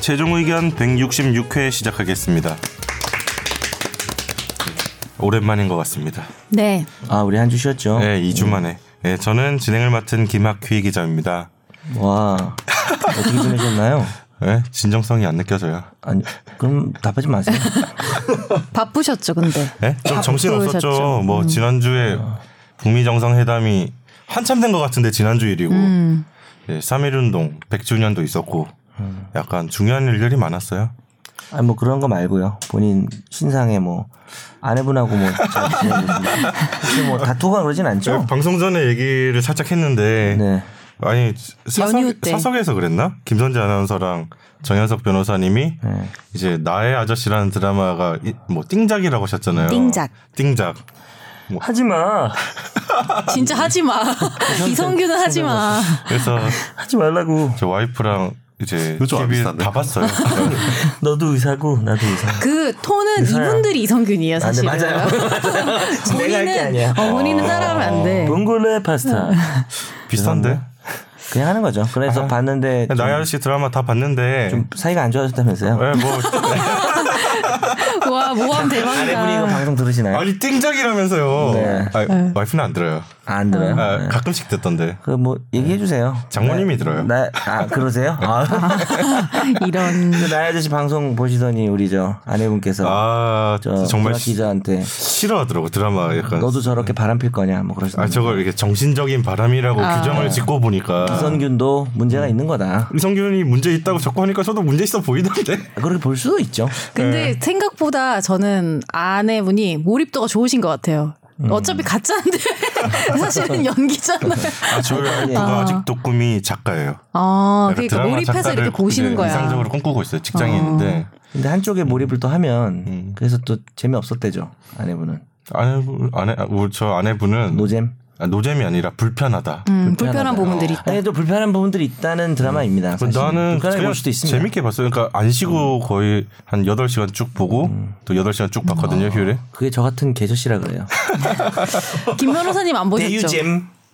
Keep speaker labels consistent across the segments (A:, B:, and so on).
A: 최종 의견 166회 시작하겠습니다. 오랜만인 것 같습니다.
B: 네.
C: 아 우리 한 주 쉬었죠.
A: 네, 2주 만에. 네, 저는 진행을 맡은 김학휘 기자입니다.
C: 와 어떻게 지내셨나요?
A: 네, 진정성이 안 느껴져요.
C: 아니 그럼 답하지 마세요.
B: 바쁘셨죠, 근데.
A: 네? 좀
B: 다
A: 정신 없었죠.
B: 부끄러우셨죠. 음.
A: 뭐 지난주에 북미 정상회담이 한참 된 것 같은데 지난주 일이고
B: 음.
A: 예, 3.1운동 100주년도 있었고 약간 중요한 일들이 많았어요.
C: 아니 뭐 그런 거 말고요. 본인 신상에 뭐 아내분하고 뭐잘 지내셨나요? 혹시 뭐 다투거나 그러진
B: 어.
C: 않죠?
A: 방송 전에 얘기를 살짝 했는데
C: 네.
A: 아니 사석,
B: 연휴 때.
A: 사석에서 그랬나? 김선재 아나운서랑 정현석 변호사님이
C: 네.
A: 이제 나의 아저씨라는 드라마가 이- 뭐 띵작이라고 하셨잖아요.
B: 띵작.
A: 띵작.
C: 하지 마.
B: 진짜 하지 마. 이성규는 하지 마.
A: 그래서
B: 아.
C: 하지 말라고.
A: 저 와이프랑 이제
D: 그거 좀
A: TV
D: 비슷한데?
A: 다 봤어요.
C: 너도 의사고 나도 의사.
B: 그 톤은
C: 의사야.
B: 이분들이 이성균이에요,
C: 아, 네,
B: 사실은.
C: 맞아요. 내가 할 게 뭐,
B: 본인은
C: 아니야.
B: 어, 본인은 따라하면 안 돼.
C: 봉골레 파스타.
A: 비슷한데?
C: 그냥 하는 거죠. 그래서 봤는데 좀,
A: 아, 나의 아저씨 드라마 다 봤는데
C: 좀 사이가 안 좋아졌다면서요?
A: 예, 뭐
B: 와, 모함
C: 아내분이 이거
B: 대박이다.
C: 방송 들으시나요?
A: 아니 띵작이라면서요.
C: 네.
A: 아, 와이프는 안 들어요.
C: 아, 안 들어요.
A: 아,
C: 네.
A: 가끔씩 듣던데.
C: 그 뭐 얘기해 주세요.
A: 장모님이
C: 나-
A: 들어요.
C: 나, 아 그러세요? 아,
B: 이런
C: 그 나야 아저씨 방송 보시더니 우리 저 아내분께서
A: 아
C: 저
A: 정말
C: 정말 기자한테
A: 싫어하더라고 드라마 약간.
C: 너도 저렇게 바람 필 거냐 뭐
A: 아
C: 그러시더니
A: 저걸 이렇게 정신적인 바람이라고
B: 아.
A: 규정을 짓고 보니까
C: 이선균도 문제가
A: 음.
C: 있는 거다.
A: 이성균이 문제 있다고 자꾸 하니까 저도 문제 있어 보이던데.
C: 그렇게 볼 수도 있죠.
B: 근데
C: 네.
B: 생각보다 저는 아내분이 몰입도가 좋으신 것 같아요.
C: 음.
B: 어차피 가짜인데 사실은
C: 네.
B: 연기잖아요.
A: 아 저희 와이프가 아. 직도 꿈이 작가예요.
B: 아,
A: 약간
B: 그러니까
A: 드라마
B: 몰입해서
A: 작가를
B: 이렇게 보시는
A: 이제
B: 거야.
A: 이상적으로 꿈꾸고 있어요. 직장인인데
C: 근데
A: 음.
C: 한쪽에 몰입을 또 하면 그래서 또 재미 없었대죠 아내분은
A: 아내 아내 아, 우리 저 아내분은
C: 노잼.
A: 아, 노잼이 아니라 불편하다.
B: 음, 불편한 부분들이 있다.
C: 아니 또 불편한 부분들이 있다는 드라마입니다. 사실.
A: 음. 뭐 나는
C: 불편하게
A: 그냥
C: 볼 수도 있습니다.
A: 재밌게 봤어요. 그러니까 안 쉬고
B: 음.
A: 거의 한 8시간 쭉 보고 또 8시간 쭉 봤거든요,
B: 아.
A: 휴일에.
C: 그게 저 같은 개저씨라 그래요. 그렇죠?
B: 김 변호사님 안
A: 네,
B: 보셨죠?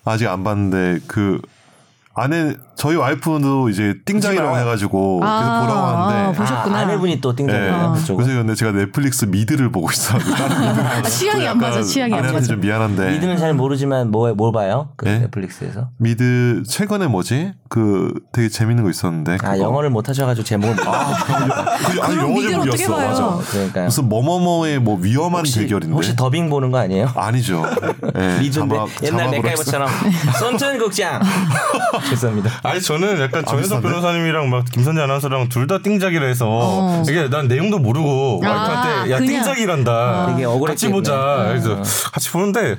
D: 아직 안 봤는데 그 아내 저희 와이프도 이제 띵장이라고 해가지고
B: 아,
D: 계속 보라고
B: 아,
D: 하는데.
B: 보셨구나.
C: 아, 아내분이 또
A: 네.
D: 예.
C: 띵장이에요. 그쪽은.
D: 그래서 근데 제가 넷플릭스 미드를 보고 있어.
B: 아, 취향이 안 맞아. 취향이 안
D: 아내한테
B: 맞아.
D: 좀
A: 네.
D: 미안한데.
C: 이들은 잘 모르지만 뭐, 뭘 봐요? 그
D: 예?
C: 넷플릭스에서.
D: 미드 최근에 뭐지? 그 되게 재밌는 거 있었는데.
C: 아, 영어를 못 하셔가지고 제목을
A: 아,
C: 몰라.
D: 그, 아니,
B: 그럼
D: 영어
B: 미드를 어떻게
D: 제목이었어.
B: 봐요?
D: 맞아.
C: 그러니까요.
D: 무슨 뭐뭐뭐의 뭐 위험한 대결인데.
C: 혹시 더빙 보는 거 아니에요?
D: 아니죠. 예,
C: 리조인데
D: 자막-
C: 옛날
D: 자막으로
C: 맥가이버처럼 선천 극장 죄송합니다.
A: 아니 저는 약간 정현석
D: 비슷한데?
A: 변호사님이랑 막 김선재 아나운서랑 둘 다 띵작이라 해서 이게 난 내용도 모르고
B: 아,
A: 와이프한테 야
B: 그냥.
A: 띵작이란다. 같이
C: 되게 억울했겠네.
A: 보자. 그래서 같이 보는데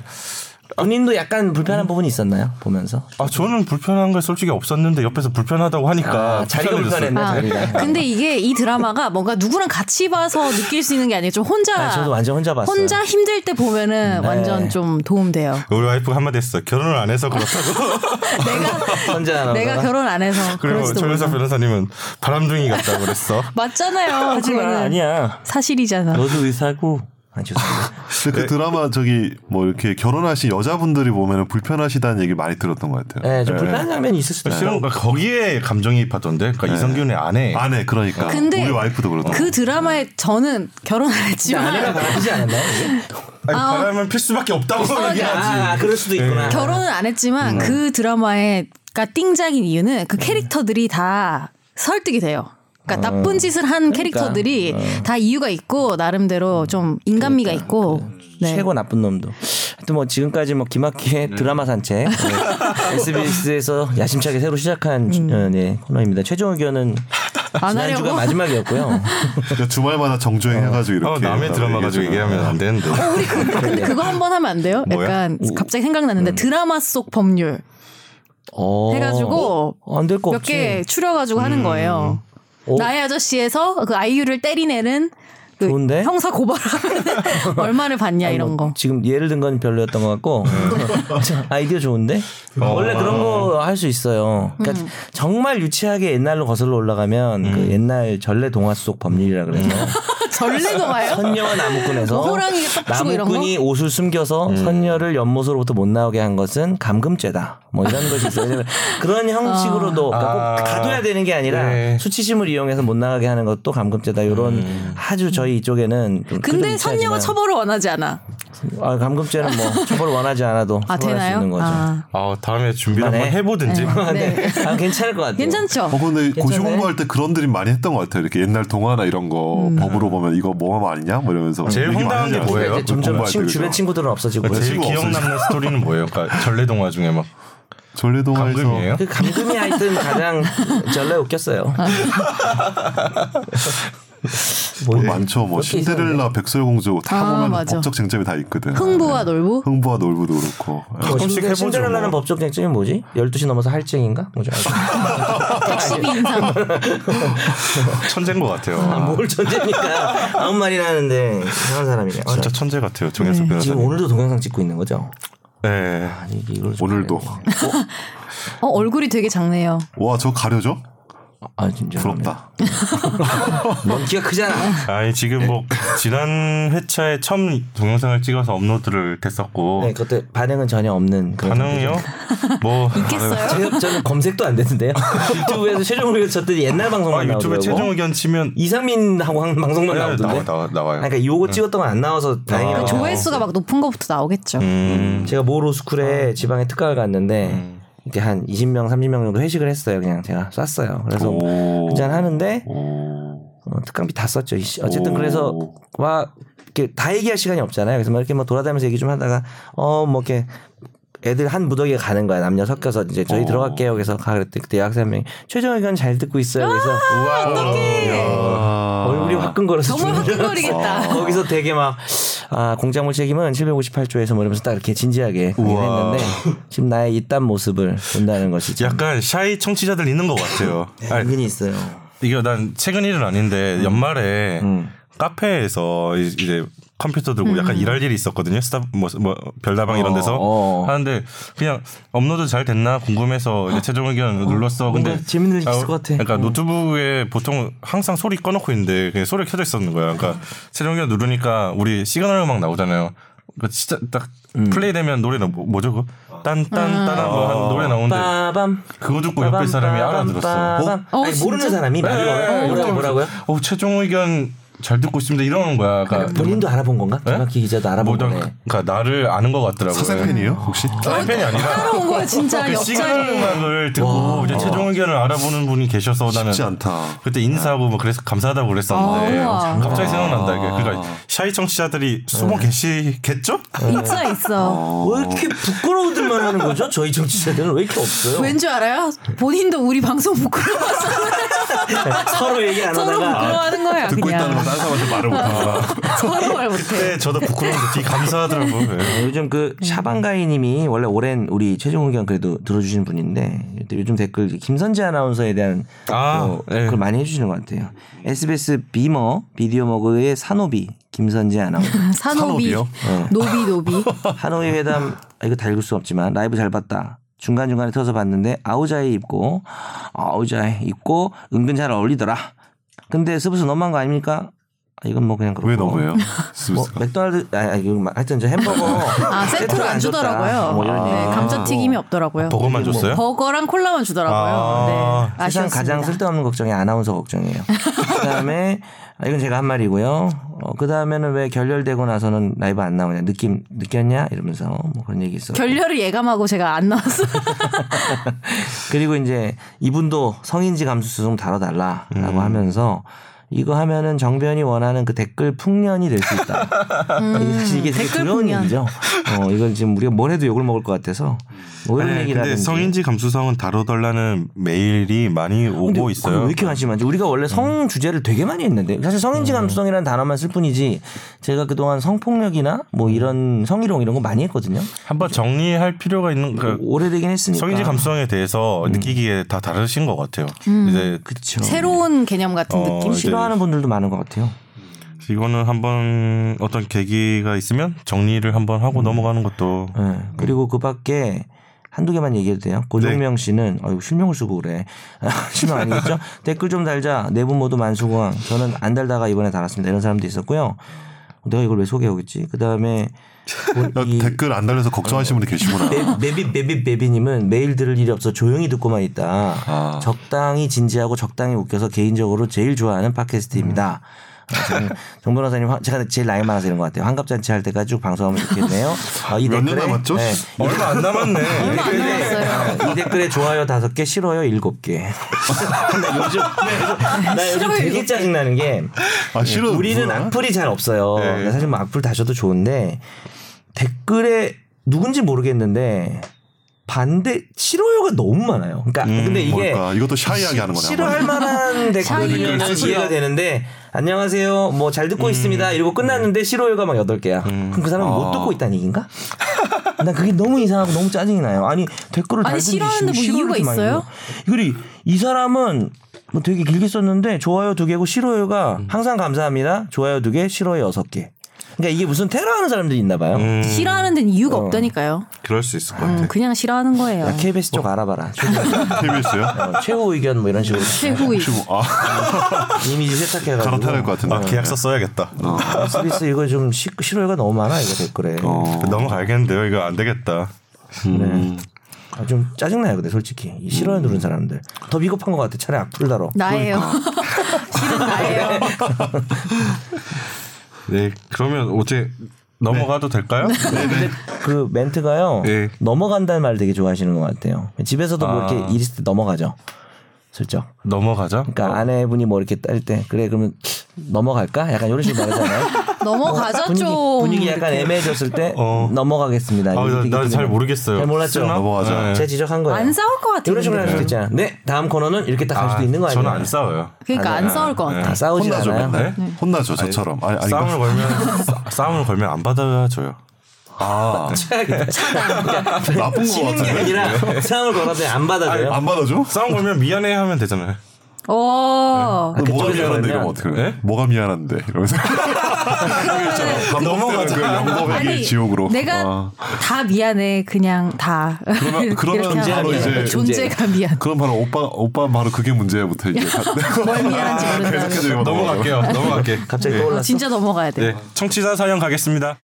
C: 본인도 약간 불편한 부분이 있었나요? 보면서
A: 아 저는 불편한 게 솔직히 없었는데 옆에서 그러니까 불편하다고 하니까
C: 아, 자리가
A: 불편해졌어요.
C: 불편했네 자리가.
B: 근데 이게 이 드라마가 뭔가 누구랑 같이 봐서 느낄 수 있는 게 아니에요. 좀 혼자
C: 아, 저도 완전 혼자 봤어요. 네.
B: 혼자 힘들 때 보면은 완전 좀 도움돼요.
A: 우리 와이프가 한마디 했어. 결혼을 안 해서 그렇다고.
B: 내가
C: 혼자 아, 나오다가.
B: 내가 결혼 안 해서
A: 그리고
B: 그럴지도 몰라.
A: 정현석 변호사님은 바람둥이 같다고 그랬어.
B: 맞잖아요.
C: 하지마
B: 그거는.
C: 아니야.
B: 사실이잖아.
C: 너도 의사고. 아 죄송합니다.
D: 근데 그 드라마 저기 뭐 이렇게 결혼하신 여자분들이 보면 불편하시다는 얘기 많이 들었던 것 같아요.
C: 네, 좀
D: 예.
C: 불편한 장면이 있을 수도 있어요.
A: 실은 거기에 감정이입하던데. 그러니까 이성균의 아내.
D: 아내 그러니까
B: 근데
D: 우리 와이프도
C: 어.
D: 그러더라고.
B: 그 드라마에 저는 결혼 안
C: 네,
B: 했지만
C: 나쁘지 않았나요? 이게?
A: 아니, 바람은 필 수밖에 없다고 얘기하지.
C: 아, 그럴 수도 있구나.
B: 결혼은 안 했지만
C: 음.
B: 그 드라마에가 띵작인 이유는 그 캐릭터들이 다 설득이 돼요.
C: 음.
B: 그러니까 나쁜 짓을 한 캐릭터들이 다 이유가 있고 나름대로 좀 인간미가 있고 네.
C: 그러니까. 그 최고 나쁜 놈도. 하여튼 뭐 지금까지 뭐 김학기의 드라마 산책 네. SBS에서 야심차게 새로 시작한 어, 네, 코너입니다. 최종 의견은
B: 음. 안
C: 지난주가
B: 하려고
C: 마지막이었고요.
D: 그러니까 주말마다 정주행 해가지고 이렇게
A: 어, 남의 드라마 가지고 얘기하면 안 되는데.
B: 근데 그거
C: 아.
B: 한 번 하면 안 돼요?
A: 뭐야?
B: 약간 갑자기
C: 음.
B: 생각났는데 드라마 속 법률
C: 어.
B: 해가지고
C: 안 될 거 없지. 음.
B: 몇 개 추려가지고 하는 거예요. 나의 아저씨에서 그 아이유를 때리내는 그
C: 좋은데? 뭐
B: 형사 고발하면 얼마를 받냐 이런 거.
C: 지금 예를 든 건 별로였던 것 같고
B: 네.
C: 참, 아이디어 좋은데 원래 그런 거 할 수 있어요. 그러니까
B: 음.
C: 정말 유치하게 옛날로 거슬러 올라가면 그 옛날 전래 동화 속 법률이라 그래서
B: 전래도 봐요?
C: 선녀와 나무꾼에서
B: 호랑이가 딱 주고 뭐 이런 거?
C: 나무꾼이 옷을
A: 음.
C: 숨겨서 선녀를 연못으로부터 못 나오게 한 것은 감금죄다. 뭐 이런 것이 있어요. 왜냐면 그런 형식으로도 그러니까 꼭
A: 아.
C: 가둬야 되는 게 아니라
A: 네.
C: 수치심을 이용해서 못 나가게 하는 것도 감금죄다. 이런
A: 음.
C: 아주 저희 이쪽에는 좀
B: 근데 선녀가
C: 큰 차이지만
B: 처벌을 원하지 않아.
C: 아, 감금죄는 뭐 처벌 원하지 않아도
B: 아
C: 처벌할 수
B: 되나요?
C: 있는 거죠. 아.
B: 아,
A: 아 다음에 준비를
C: 그만해.
A: 한번 해보든지.
B: 네.
C: 아, 괜찮을 것 같아요.
B: 괜찮죠?
C: 뭐,
D: 어, 근데 고시
C: 괜찮네.
D: 공부할 때 그런 드림 많이 했던 것 같아요. 이렇게 옛날 동화나 이런 거 법으로 보면 이거 뭐 하면 아니냐? 뭐 이러면서.
A: 제일
D: 얘기 많이
A: 황당한 게
D: 하지
A: 뭐예요?
D: 않았어요?
A: 이제
C: 점점
D: 공부할 때,
C: 친,
D: 그죠?
C: 주변 친구들은 없어지고
A: 아, 제일
D: 친구가
A: 기억
D: 없어지죠.
A: 남는 스토리는 뭐예요? 그러니까 전래 동화 중에 막
D: 전래동화에서
A: 감금이에요?
C: 그 감금이 하여튼 가장 전래 웃겼어요.
D: 뭐 많죠. 뭐
C: 그렇게
D: 신데렐라, 백설공주 다
B: 아,
D: 보면
B: 맞아.
D: 법적 쟁점이 다 있거든.
B: 흥부와
C: 네.
B: 놀부?
D: 흥부와 놀부도 그렇고. 예.
A: 조금씩 해보죠,
C: 아, 신데렐라는
A: 뭐.
C: 법적 쟁점이 뭐지? 12시 넘어서 할증인가? 뭐죠?
B: 택시비 인상.
A: 천재인 것 같아요.
C: 아, 뭘 전쟁이니까 아무 말이나 하는데 이상한 사람이네. 어,
A: 진짜 천재 같아요. 정혜석 변호사.
C: 지금 오늘도 동영상 찍고 있는 거죠?
A: 네.
C: 아니 이게 이걸 좀
D: 오늘도.
C: 알아야
B: 어, 얼굴이 되게 작네요.
D: 와, 저 가려져?
C: 돼. 아 진짜 네.
D: 부럽다.
C: 넌 키가 크잖아.
A: 아니 지금 뭐
C: 네.
A: 지난 회차에 처음 동영상을 찍어서 업로드를 됐었고
C: 네, 그때 반응은 전혀 없는 그런
A: 어. 반응이요? 뭐
B: 있겠어요?
C: 제가 저는 검색도 안 됐는데요. 유튜브에서 최종 의견 쳤더니 옛날
A: 아,
C: 방송만
A: 유튜브에
C: 나오더라고.
A: 최종 의견 치면
C: 이상민하고 한 방송만
A: 네,
C: 나오던데.
A: 나와 나와 나와요. 네.
C: 그러니까 요거 찍었던 건 안 나와서 다행이라고.
A: 아.
C: 생각해요.
B: 그 조회수가 막 높은 것부터 나오겠죠.
A: 음.
C: 제가
A: 아.
C: 모로스쿨에 지방에 특가를 갔는데 이렇게 한 20명, 30명 정도 회식을 했어요. 그냥 제가 쐈어요. 그래서
A: 오.
C: 한잔 하는데
A: 오.
C: 어, 특강비 다 썼죠. 이씨. 어쨌든
A: 오.
C: 그래서 막 이렇게 다 얘기할 시간이 없잖아요. 그래서 막 이렇게 막 돌아다니면서 얘기 좀 하다가 어 뭐 이렇게 애들 한 무더기에 가는 거야. 남녀 섞여서 이제 저희
A: 오.
C: 들어갈게요. 그래서 가 그랬더니 그때 여학생 한 명이 최종 의견 잘 듣고 있어요. 그래서
B: 어떡해.
C: 얼굴이 화끈거려서
B: 아! 정말
C: 죽는 줄
B: 화끈거리겠다.
C: 알았어요. 거기서 되게 막 아, 공작물 책임은 758조에서 뭐 이러면서 딱 이렇게 진지하게 얘기를 했는데 지금 나의 이딴 모습을 본다는 것이 참
A: 약간 샤이 청취자들 있는 것 같아요. 아니,
C: 은근히 있어요.
A: 이게 난 최근 일은
C: 음.
A: 아닌데 연말에 카페에서 이- 이제 컴퓨터 들고 약간 일할 일이 있었거든요. 스타 뭐, 뭐 별다방 이런 데서
C: 음. 어.
A: 하는데 그냥 업로드 잘 됐나 궁금해서 이제 최종 의견 눌렀어. 근데
C: 뭔가 재밌는 일
A: 아,
C: 있을 것 같아.
A: 그러니까
C: 어.
A: 노트북에 보통 항상 소리 꺼놓고 있는데 그냥 소리 가 켜져 있었는 거야.
C: 음.
A: 그러니까 최종 의견 누르니까 우리 시그널 음악 나오잖아요. 그 진짜 딱
C: 음.
A: 플레이되면 노래 뭐, 뭐죠 그
C: 아.
A: 딴딴딴한 뭐 노래 나오는데
C: 빠밤
A: 그거 듣고 뭐 옆에 사람이 알아들었어. 뭐? 네,
C: 빠밤.
B: 어?
C: 아니,
B: 어,
C: 모르는
B: 진짜?
C: 사람이 말을 뭐라고 뭐라고요?
A: 어, 최종 의견 잘 듣고 있습니다. 이러는 거야. 그러니까
C: 본인도 알아본 건가? 김학기 기자도
A: 뭐,
C: 알아본 거네.
A: 그러니까 나를 아는 것 같더라고요.
D: 사생팬이에요, 혹시?
A: 아니, 팬이 아니라
B: 따라온 거야, 진짜.
A: 그 시그널
B: 옆자리에.
A: 음악을 듣고 이제 최종 의견을 알아보는 분이 계셔서 나는
D: 쉽지 않다.
A: 그때 인사하고 뭐 그래서 감사하다고 그랬었는데
B: 아, 우와.
A: 갑자기 생각난다 이게 그러니까
C: 아.
A: 샤이 청취자들이
C: 네.
A: 숨어 계시겠죠?
B: 있어, 있어.
C: 왜 이렇게 부끄러워들만 하는 거죠? 저희 정치자들은 왜 이렇게 없어요?
B: 왠 줄 알아요? 본인도 우리 방송 부끄러워서
C: 서로 얘기 안
B: 서로
C: 하다가
B: 부끄러워하는 거야.
D: 듣고
B: 그냥.
D: 있다는 건 다른 사람한테 말을 못한다.
B: 서로 말 못해.
A: 네, 저도 부끄러운데 되게 감사하더라고요. 예.
C: 네, 요즘 그 샤방가이님이 원래 오랜 우리 최종 의견 그래도 들어주신 분인데 요즘 댓글 김선재 아나운서에 대한
A: 아,
C: 그,
A: 네.
C: 걸 많이 해주시는 것 같아요. SBS 비머 비디오 머그의 산호비 김선재 아나운서
B: 산호비.
D: 산호비요?
B: 노비, 노비.
C: 하노이 회담 아, 이거 다 읽을 수 없지만 라이브 잘 봤다. 중간 중간에 터서 봤는데 아우자이 입고 아우자이 입고 은근 잘 어울리더라. 근데 스브스 너무한 거 아닙니까? 아, 이건 뭐 그냥 그렇고
D: 왜 너무해요?
C: 뭐
D: 스브스가.
C: 맥도날드 아니, 아니 이거 막- 하여튼 저 햄버거
B: 아, 세트로 안 주더라고요.
C: 뭐 이런
B: 네,
C: 얘기.
B: 감자튀김이 없더라고요.
A: 버거만
C: 뭐
A: 줬어요?
B: 버거랑 콜라만 주더라고요.
A: 아.
B: 네.
C: 세상
B: 아쉬웠습니다.
C: 가장 쓸데없는 걱정이 아나운서 걱정이에요. 그다음에 아, 이건 제가 한 말이고요. 어, 그다음에는 왜 결렬되고 나서는 라이브 안 나오냐 느낌 느꼈냐 이러면서 뭐 그런 얘기 있어.
B: 결렬을 예감하고 제가 안 나왔어요.
C: 그리고 이제 이분도 성인지 감수수 좀 다뤄달라라고
A: 음.
C: 하면서 이거 하면은 정변이 원하는 그 댓글 풍년이 될 수 있다. 그러니까 이게 사실 이게 되게
B: 댓글
C: 두려운
B: 풍년.
C: 얘기죠. 어, 이건 지금 우리가 뭘 해도 욕을 먹을 것 같아서 뭐 이런
A: 네, 근데
C: 얘기라든지.
A: 성인지 감수성은 다뤄달라는 메일이 많이
C: 아, 근데
A: 오고
C: 그걸
A: 뭐 있어요. 음.
C: 왜 이렇게 관심많지? 우리가 원래 성 주제를 되게 많이 했는데 사실 성인지 감수성이라는 단어만 쓸 뿐이지 제가 그동안 성폭력이나
A: 음.
C: 뭐 이런 성희롱 이런 거 많이 했거든요.
A: 한번 정리할 필요가 있는 그
C: 오래되긴 했으니까.
A: 성인지 감수성에 대해서 느끼기에 다 다르신 것 같아요.
C: 음.
A: 이제
C: 그쵸.
B: 새로운 개념 같은
A: 어,
B: 느낌.
A: 이제
C: 싫어하는 분들도 많은 것 같아요.
A: 이거는 한번 어떤 음.
D: 음.
A: 계기가 있으면 정리를 한번 하고 넘어가는 것도
C: 예. 그리고 그 밖에 한두 개만 얘기해도 돼요. 고종명
D: 네.
C: 씨는 어이구 실명을 쓰고 그래. 실명 아니겠죠? 댓글 좀 달자. 네 내분 모두 만수공항. 저는 안 달다가 이번에 달았습니다. 이런 사람도 있었고요. 내가 이걸 왜 소개하겠지? 그 다음에
D: 야, 댓글 안 달려서 걱정하시는 분이 계시구나.
C: 네. 메비 메비 메비님은 매일 들을 일이 없어 조용히 듣고만 있다.
D: 아.
C: 적당히 진지하고 적당히 웃겨서 개인적으로 제일 좋아하는 팟캐스트입니다.
D: 음.
C: 아, 저는 정 변호사님 화- 제가 제일 나이 많아서 이런 것 같아요. 환갑잔치 할 때까지 쭉 방송하면 좋겠네요. 아, 이
D: 몇년
C: 댓글에-
D: 남았죠?
C: 이
A: 얼마 안 남았네.
B: 얼마 안 남았어요.
C: 이 댓글에 좋아요 다섯 개, 싫어요 일곱 개. 나 요즘 나 요즘 되게 짜증 나는 게
D: 아, 싫어.
C: 우리는
D: 뭐야? 네.
C: 악플이 잘 없어요. 그러니까 사실 뭐 악플 다셔도 좋은데 댓글에 누군지 모르겠는데 반대 싫어요가 너무 많아요. 그러니까 근데 이게
D: 음, 뭘까? 이것도 샤이하게 하는 거네.
C: 싫어할 만한 댓글이면
B: 댓글 쓰죠.
C: 이해가 되는데 안녕하세요 뭐 잘 듣고 있습니다 이러고 끝났는데 싫어요가 막 여덟 개야 그럼 그 사람은 못
D: 음, 아.
C: 듣고 있다는 얘기인가? 난 그게 너무 이상하고 너무 짜증이 나요 아니 댓글을
B: 아니,
C: 달고
B: 싫어하는데 뭐 이유가 있어요?
C: 이거이 이 사람은 뭐 되게 길게 썼는데 좋아요 두 개고 싫어요가
D: 음.
C: 항상 감사합니다 좋아요 두 개 싫어요 여섯 개 그러니까 이게 무슨 테러하는 사람들이 있나 봐요
D: 음.
B: 싫어하는 데는 이유가 없다니까요.
A: 그럴 수 있을 것
B: 음,
A: 같아.
B: 그냥 싫어하는 거예요.
C: 야, KBS 쪽 알아봐라 최고,
D: KBS요?
C: 어, 최후 의견 뭐 이런 식으로
B: 최후의
C: 이미지 세탁해가지고
D: 갈아타낼 것 같은데.
A: 아 계약서 써야겠다.
C: 서비스 이거 좀 시, 싫어요가 너무 많아 이거 댓글에
D: 어.
A: 넘어가야겠는데요. 이거 안 되겠다.
C: 아, 좀 짜증나요 근데 솔직히 이
A: 음.
C: 싫어요 누른 사람들 더 비겁한 것 같아 차라리 악플 달어
B: 나예요. 싫은 나예요.
A: 네 그러면 어제 넘어가도 될까요? 네,
C: 근데 그 멘트가요
A: 예.
C: 넘어간다는 말 되게 좋아하시는 것 같아요 집에서도 뭐
A: 아.
C: 이렇게 일 있을 때 넘어가죠 슬쩍
A: 넘어가자.
C: 그러니까 아내분이 뭐 이렇게 딸 때 그래 그러면 넘어갈까 약간 이런 식으로 말하잖아요
B: 넘어가자
C: 분위기,
B: 좀.
C: 분위기 약간 애매해졌을 때
A: 어.
C: 넘어가겠습니다
A: 아, 나-
C: 이렇게
A: 나잘
C: 얘기하면.
A: 모르겠어요.
C: 잘 몰랐죠
A: 쓰나?
D: 넘어가자.
A: 네.
C: 제 지적한 거예요
B: 안 싸울 것 같아요.
C: 이런 식으로 할 수도 있잖아 네 다음 코너는 이렇게 딱 할 수도 있는 거 아니에요
A: 저는 안 싸워요.
B: 그러니까 안 싸울 것 같아.
C: 다 싸우진
D: 혼나죠,
C: 않아요 네.
D: 맨날. 혼나죠, 저처럼. 아니, 아니,
A: 싸움을 걸면 싸- 싸움을 걸면 안 받아줘요.
D: 아, 나쁜 거
C: 치는 게
D: 같은데?
C: 네. 아니라 상을 걸어도 안 받아줘요.
D: 안 받아줘?
A: 싸움 걸면 미안해 하면 되잖아요.
B: 오.
D: 뭐가
C: 아, 그쪽에서
D: 미안한데 이러면
C: 그러면-
D: 어떡해?
A: 네?
D: 뭐가 미안한데 이러면서 넘어가자. 그 영법의
B: 아니,
D: 지옥으로.
B: 내가
D: 아.
B: 다 미안해. 그냥 다.
D: 그러면- 그러면
B: 이렇게 하면
D: 바로 이제-
B: 존재가 미안.
D: 그럼 바로 오빠 오빠 바로 그게 문제부터 이제
B: 뭘 미안한지 모른다.
D: 계속해서
A: 넘어갈게요. 넘어갈게.
C: 갑자기
A: 네.
C: 떠올랐어.
B: 아, 진짜 넘어가야 돼.
A: 네, 청취자 사연 가겠습니다.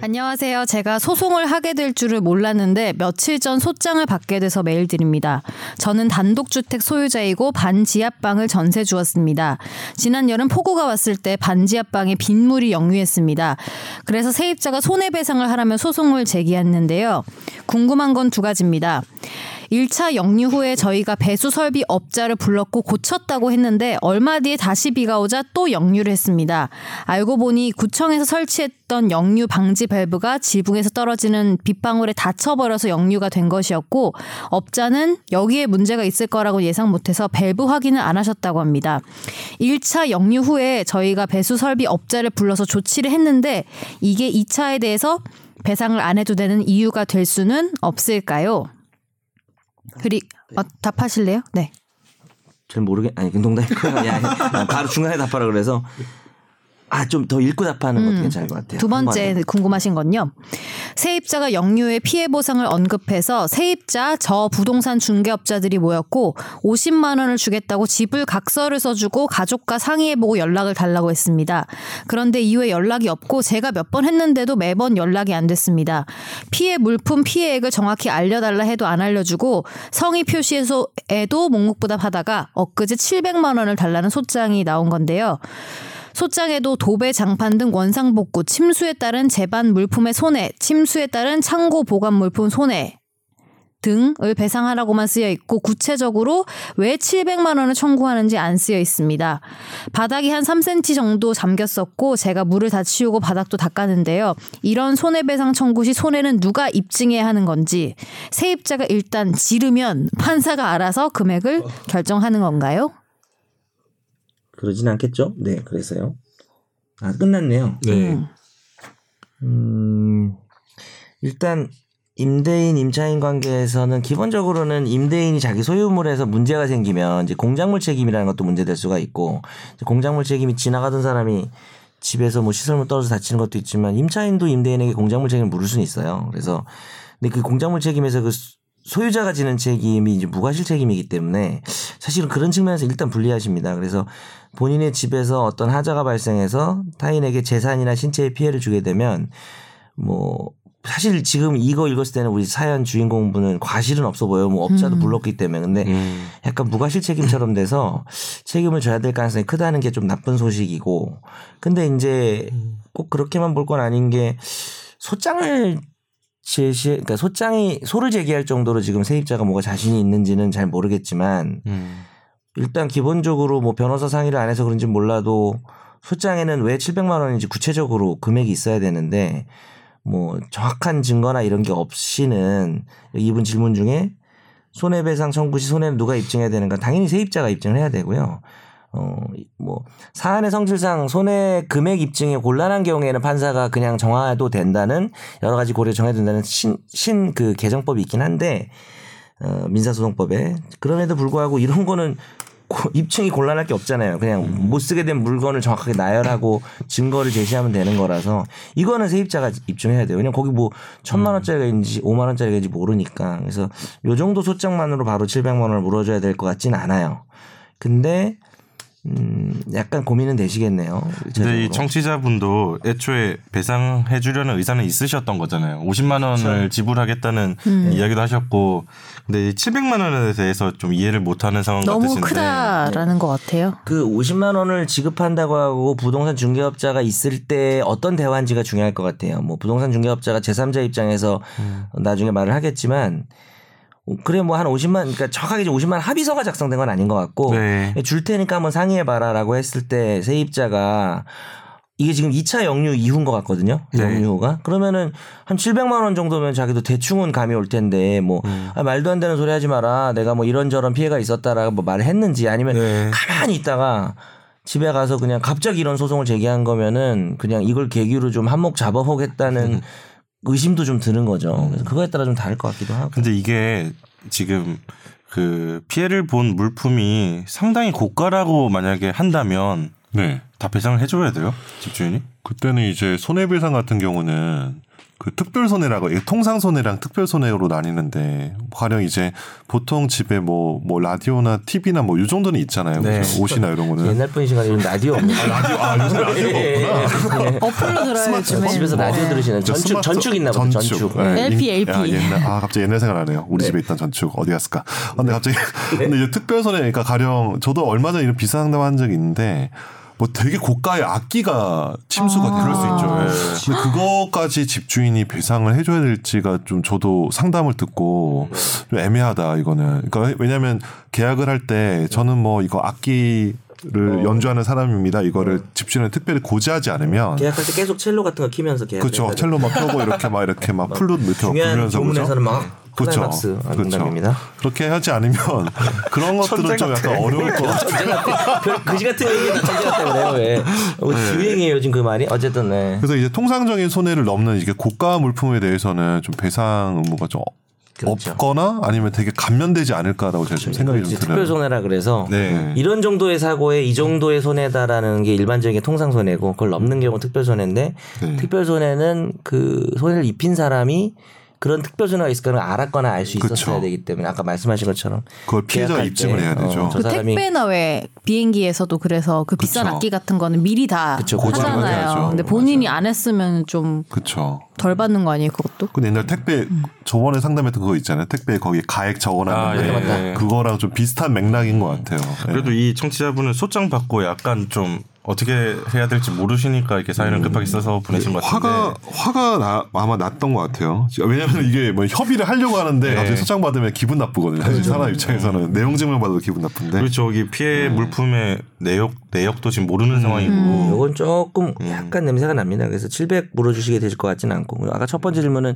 B: 안녕하세요. 제가 소송을 하게 될 줄을 몰랐는데 며칠 전 소장을 받게 돼서 메일 드립니다. 저는 단독주택 소유자이고 반지하방을 전세 주었습니다. 지난 여름 폭우가 왔을 때 반지하방에 빗물이 역류했습니다. 그래서 세입자가 손해배상을 하라며 소송을 제기했는데요. 궁금한 건 두 가지입니다. 1차 역류 후에 저희가 배수 설비 업자를 불렀고 고쳤다고 했는데 얼마 뒤에 다시 비가 오자 또 역류를 했습니다. 알고 보니 구청에서 설치했던 역류 방지 밸브가 지붕에서 떨어지는 빗방울에 닫혀버려서 역류가 된 것이었고 업자는 여기에 문제가 있을 거라고 예상 못해서 밸브 확인을 안 하셨다고 합니다. 1차 역류 후에 저희가 배수 설비 업자를 불러서 조치를 했는데 이게 2차에 대해서 배상을 안 해도 되는 이유가 될 수는 없을까요? 그리 어, 답하실래요? 네.
C: 잘 모르겠. 아니 그 농담이고 야, 나 바로 중간에 답하라 그래서 아 좀 더 읽고 답하는 것도 괜찮을 것 같아요.
B: 음. 두 번째 그
C: 한 번에.
B: 네, 궁금하신 건요. 세입자가 영유의 피해 보상을 언급해서 세입자 저 부동산 중개업자들이 모였고 50만 원을 주겠다고 집을 각서를 써주고 가족과 상의해보고 연락을 달라고 했습니다. 그런데 이후에 연락이 없고 제가 몇 번 했는데도 매번 연락이 안 됐습니다. 피해 물품 피해액을 정확히 알려달라 해도 안 알려주고 성의 표시에서에도 묵묵부답하다가 엊그제 700만 원을 달라는 소장이 나온 건데요. 소장에도 도배 장판 등 원상 복구, 침수에 따른 재반 물품의 손해, 침수에 따른 창고 보관 물품 손해 등을 배상하라고만 쓰여 있고 구체적으로 왜 700만 원을 청구하는지 안 쓰여 있습니다. 바닥이 한 3cm 정도 잠겼었고 제가 물을 다 치우고 바닥도 닦았는데요. 이런 손해배상 청구 시 손해는 누가 입증해야 하는 건지 세입자가 일단 지르면 판사가 알아서 금액을 결정하는 건가요?
C: 그러진 않겠죠? 네, 그래서요. 아 끝났네요.
A: 네.
C: 음, 일단 임대인 임차인 관계에서는 기본적으로는 임대인이 자기 소유물에서 문제가 생기면 이제 공작물 책임이라는 것도 문제될 수가 있고 이제 공작물 책임이 지나가던 사람이 집에서 뭐 시설물 떨어져 다치는 것도 있지만 임차인도 임대인에게 공작물 책임을 물을 수는 있어요. 그래서 근데 그 공작물 책임에서 그 소- 소유자가 지는 책임이 이제 무과실 책임이기 때문에 사실은 그런 측면에서 일단 불리하십니다. 그래서 본인의 집에서 어떤 하자가 발생해서 타인에게 재산이나 신체에 피해를 주게 되면 뭐 사실 지금 이거 읽었을 때는 우리 사연 주인공분은 과실은 없어 보여요. 뭐 업자도 불렀기 때문에 근데 약간 무과실 책임처럼 돼서 책임을 져야 될 가능성이 크다는 게 좀 나쁜 소식이고 근데 이제 꼭 그렇게만 볼 건 아닌 게 소장을 제시 그러니까 소장이 소를 제기할 정도로 지금 세입자가 뭐가 자신이 있는지는 잘 모르겠지만 일단 기본적으로 뭐 변호사 상의를 안 해서 그런지 몰라도 소장에는 왜 700만 원인지 구체적으로 금액이 있어야 되는데 뭐 정확한 증거나 이런 게 없이는 이분 질문 중에 손해배상 청구 시 손해는 누가 입증해야 되는가 당연히 세입자가 입증을 해야 되고요. 어뭐 사안의 성질상 손해 금액 입증이 곤란한 경우에는 판사가 그냥 정화해도 된다는 여러 가지 고려 정해야 된다는 신 신 그 개정법이 있긴 한데 어, 민사소송법에 그럼에도 불구하고 이런 거는 고- 입증이 곤란할 게 없잖아요. 그냥 못 쓰게 된 물건을 정확하게 나열하고 증거를 제시하면 되는 거라서 이거는 세입자가 입증해야 돼요. 왜냐면 거기 뭐 천만 원짜리인지 오만 원짜리인지 모르니까 그래서 요 정도 소장만으로 바로 700만 원을 물어줘야 될 것 같진 않아요. 근데 음 약간 고민은 되시겠네요.
A: 근데
C: 구체적으로.
A: 이 청취자분도 애초에 배상해 주려는 의사는 있으셨던 거잖아요. 50만
B: 그렇죠.
A: 원을 지불하겠다는
B: 음.
A: 이야기도 하셨고 근데 이 700만 원에 대해서 좀 이해를 못 하는 상황
B: 너무
A: 같으신데 네.
B: 크다라는 것 같아요.
C: 그 50만 원을 지급한다고 하고 부동산 중개업자가 있을 때 어떤 대화인지가 중요할 것 같아요. 뭐 부동산 중개업자가 제3자 입장에서
A: 음.
C: 나중에 말을 하겠지만 어, 그래 뭐 한 50만 그러니까 정확하게 이제 50만 합의서가 작성된 건 아닌 것 같고
A: 네.
C: 줄 테니까 한번 상의해 봐라라고 했을 때 세입자가 이게 지금 2차 영유 이후인 것 같거든요.
A: 네.
C: 영유가 그러면은 한 700만 원 정도면 자기도 대충은 감이 올 텐데 뭐
A: 음.
C: 아, 말도 안 되는 소리 하지 마라. 내가 뭐 이런저런 피해가 있었다라고 뭐 말을 했는지 아니면
A: 네.
C: 가만히 있다가 집에 가서 그냥 갑자기 이런 소송을 제기한 거면은 그냥 이걸 계기로 좀 한몫 잡아보겠다는 의심도 좀 드는 거죠. 그래서 그거에 따라 좀 다를 것 같기도 하고.
A: 근데 이게 지금 그 피해를 본 물품이 상당히 고가라고 만약에 한다면
D: 네.
A: 다 배상을 해줘야 돼요 집주인이? 네.
D: 그때는 이제 손해배상 같은 경우는 그 특별 손해라고 이게 통상 손해랑 특별 손해로 나뉘는데 가령 이제 보통 집에 뭐 뭐 라디오나 TV나 뭐 이 정도는 있잖아요.
A: 네.
D: 그죠? 옷이나 이런 거는
C: 옛날 뿐인 시간에 요즘 라디오 없는 아, 라디오 아 요새 라디오가 없구나.
B: 어플로 들어야죠.
C: 집에서 라디오 들으시는
D: 네. 이제
C: 전축
D: 스마트-
C: 전축 있나 보죠. 전축.
D: 예,
B: LP,
D: 인- 야,
B: LP.
D: 옛날, 아 갑자기 옛날 생각나네요. 우리 집에 있던 전축 어디 갔을까? 아,
C: 네.
D: 근데 갑자기 근데 이제 특별 손해 그러니까 가령 저도 얼마 전에 이런 비슷한 상담한 적이 있는데 뭐 되게 고가의 악기가 침수가 되
A: 그럴 수 있죠. 예.
D: 근데 그거까지 집주인이 배상을 해줘야 될지가 좀 저도 상담을 듣고 좀 애매하다 이거는. 그러니까 왜냐하면 계약을 할 때 저는 뭐 이거 악기를
C: 어.
D: 연주하는 사람입니다. 이거를 집주인을 특별히 고지하지 않으면
C: 계약할 때 계속 첼로 같은 거 키면서 계약.
D: 그렇죠. 첼로 막 펴고 이렇게 막 이렇게 막 플룻
C: 뭐
D: 이렇게
C: 중요한
D: 불면서
C: 조문에서는
D: 그죠.
C: 막
D: 그렇죠.
C: 클라이막스
D: 그렇죠.
C: 농담입니다.
D: 그렇게 하지 않으면 그런 것들은 좀 약간 어려울 것 같아요.
C: 별 그지 같은 얘기도 천재 같다 그래요. 왜? 어, 유행이에요 요즘 그 말이. 어쨌든 네.
D: 그래서 이제 통상적인 손해를 넘는 이게 고가 물품에 대해서는 좀 배상 의무가 좀
C: 그렇죠.
D: 없거나 아니면 되게 감면되지 않을까라고 제가 좀 생각이 좀
C: 그 이제
D: 드네요.
C: 특별 손해라 그래서
A: 네.
C: 이런 정도의 사고에 이 정도의 손해다라는 게 일반적인 게 통상 손해고 그걸 넘는 경우 특별 손해인데
D: 네.
C: 특별 손해는 그 손해를 입힌 사람이 그런 특별 손해가 있을 거는 알았거나 알 수 있었어야
D: 그쵸.
C: 되기 때문에 아까 말씀하신 것처럼
D: 그걸 피해자가
C: 계약할
D: 입증을
C: 때, 어,
D: 해야 되죠.
C: 저
B: 그
C: 사람이
B: 택배나 왜 비행기에서도 그래서 그 비싼
D: 그쵸.
B: 악기 같은 거는 미리 다
C: 그쵸, 고정을
B: 하잖아요.
D: 해야죠.
B: 근데 본인이 안 했으면 좀 덜
D: 그렇죠.
B: 받는 거 아니에요, 그것도?
D: 근데 옛날 택배 저번에 상담했던 그거 있잖아요. 택배 거기에 가액
A: 아,
D: 적어놨는데
A: 예, 맞다, 맞다.
D: 그거랑 좀 비슷한 맥락인 것 같아요. 예.
A: 그래도 이 청취자분은 소장 받고 약간 좀 어떻게 해야 될지 모르시니까 이렇게 사연을 급하게 써서 보내신 것 같은데
D: 화가 화가 나- 아마 났던 것 같아요. 지금 왜냐하면 이게 뭐 협의를 하려고 하는데
A: 네.
D: 갑자기 소장 받으면 기분 나쁘거든요. 사실
C: 그렇죠.
D: 사람 입장에서는
C: 네.
D: 내용 증명 받아도 기분 나쁜데
B: 네.
A: 그리고 저기 피해 물품의 내역 내역도 지금 모르는 상황이고
C: 요건 조금 약간 냄새가 납니다. 그래서 700 물어주시게 되실 것 같지는 않고 아까 첫 번째 질문은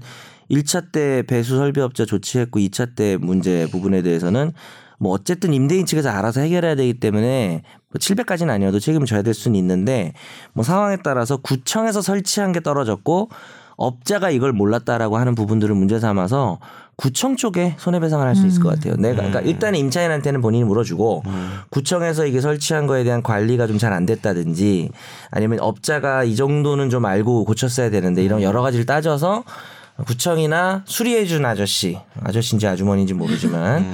C: 1차 때 배수 설비업자 조치했고 2차 때 문제 부분에 대해서는 뭐 어쨌든 임대인 측에서 알아서 해결해야 되기 때문에 뭐 700까지는 아니어도 책임을 져야 될 수는 있는데 뭐 상황에 따라서 구청에서 설치한 게 떨어졌고 업자가 이걸 몰랐다라고 하는 부분들을 문제 삼아서 구청 쪽에 손해배상을 할 수 있을 것 같아요. 내가 그러니까 일단 임차인한테는 본인이 물어주고 구청에서 이게 설치한 거에 대한 관리가 좀 잘 안 됐다든지 아니면 업자가 이 정도는 좀 알고 고쳤어야 되는데 이런 여러 가지를 따져서 구청이나 수리해준 아저씨 아저씨인지 아주머니인지 모르지만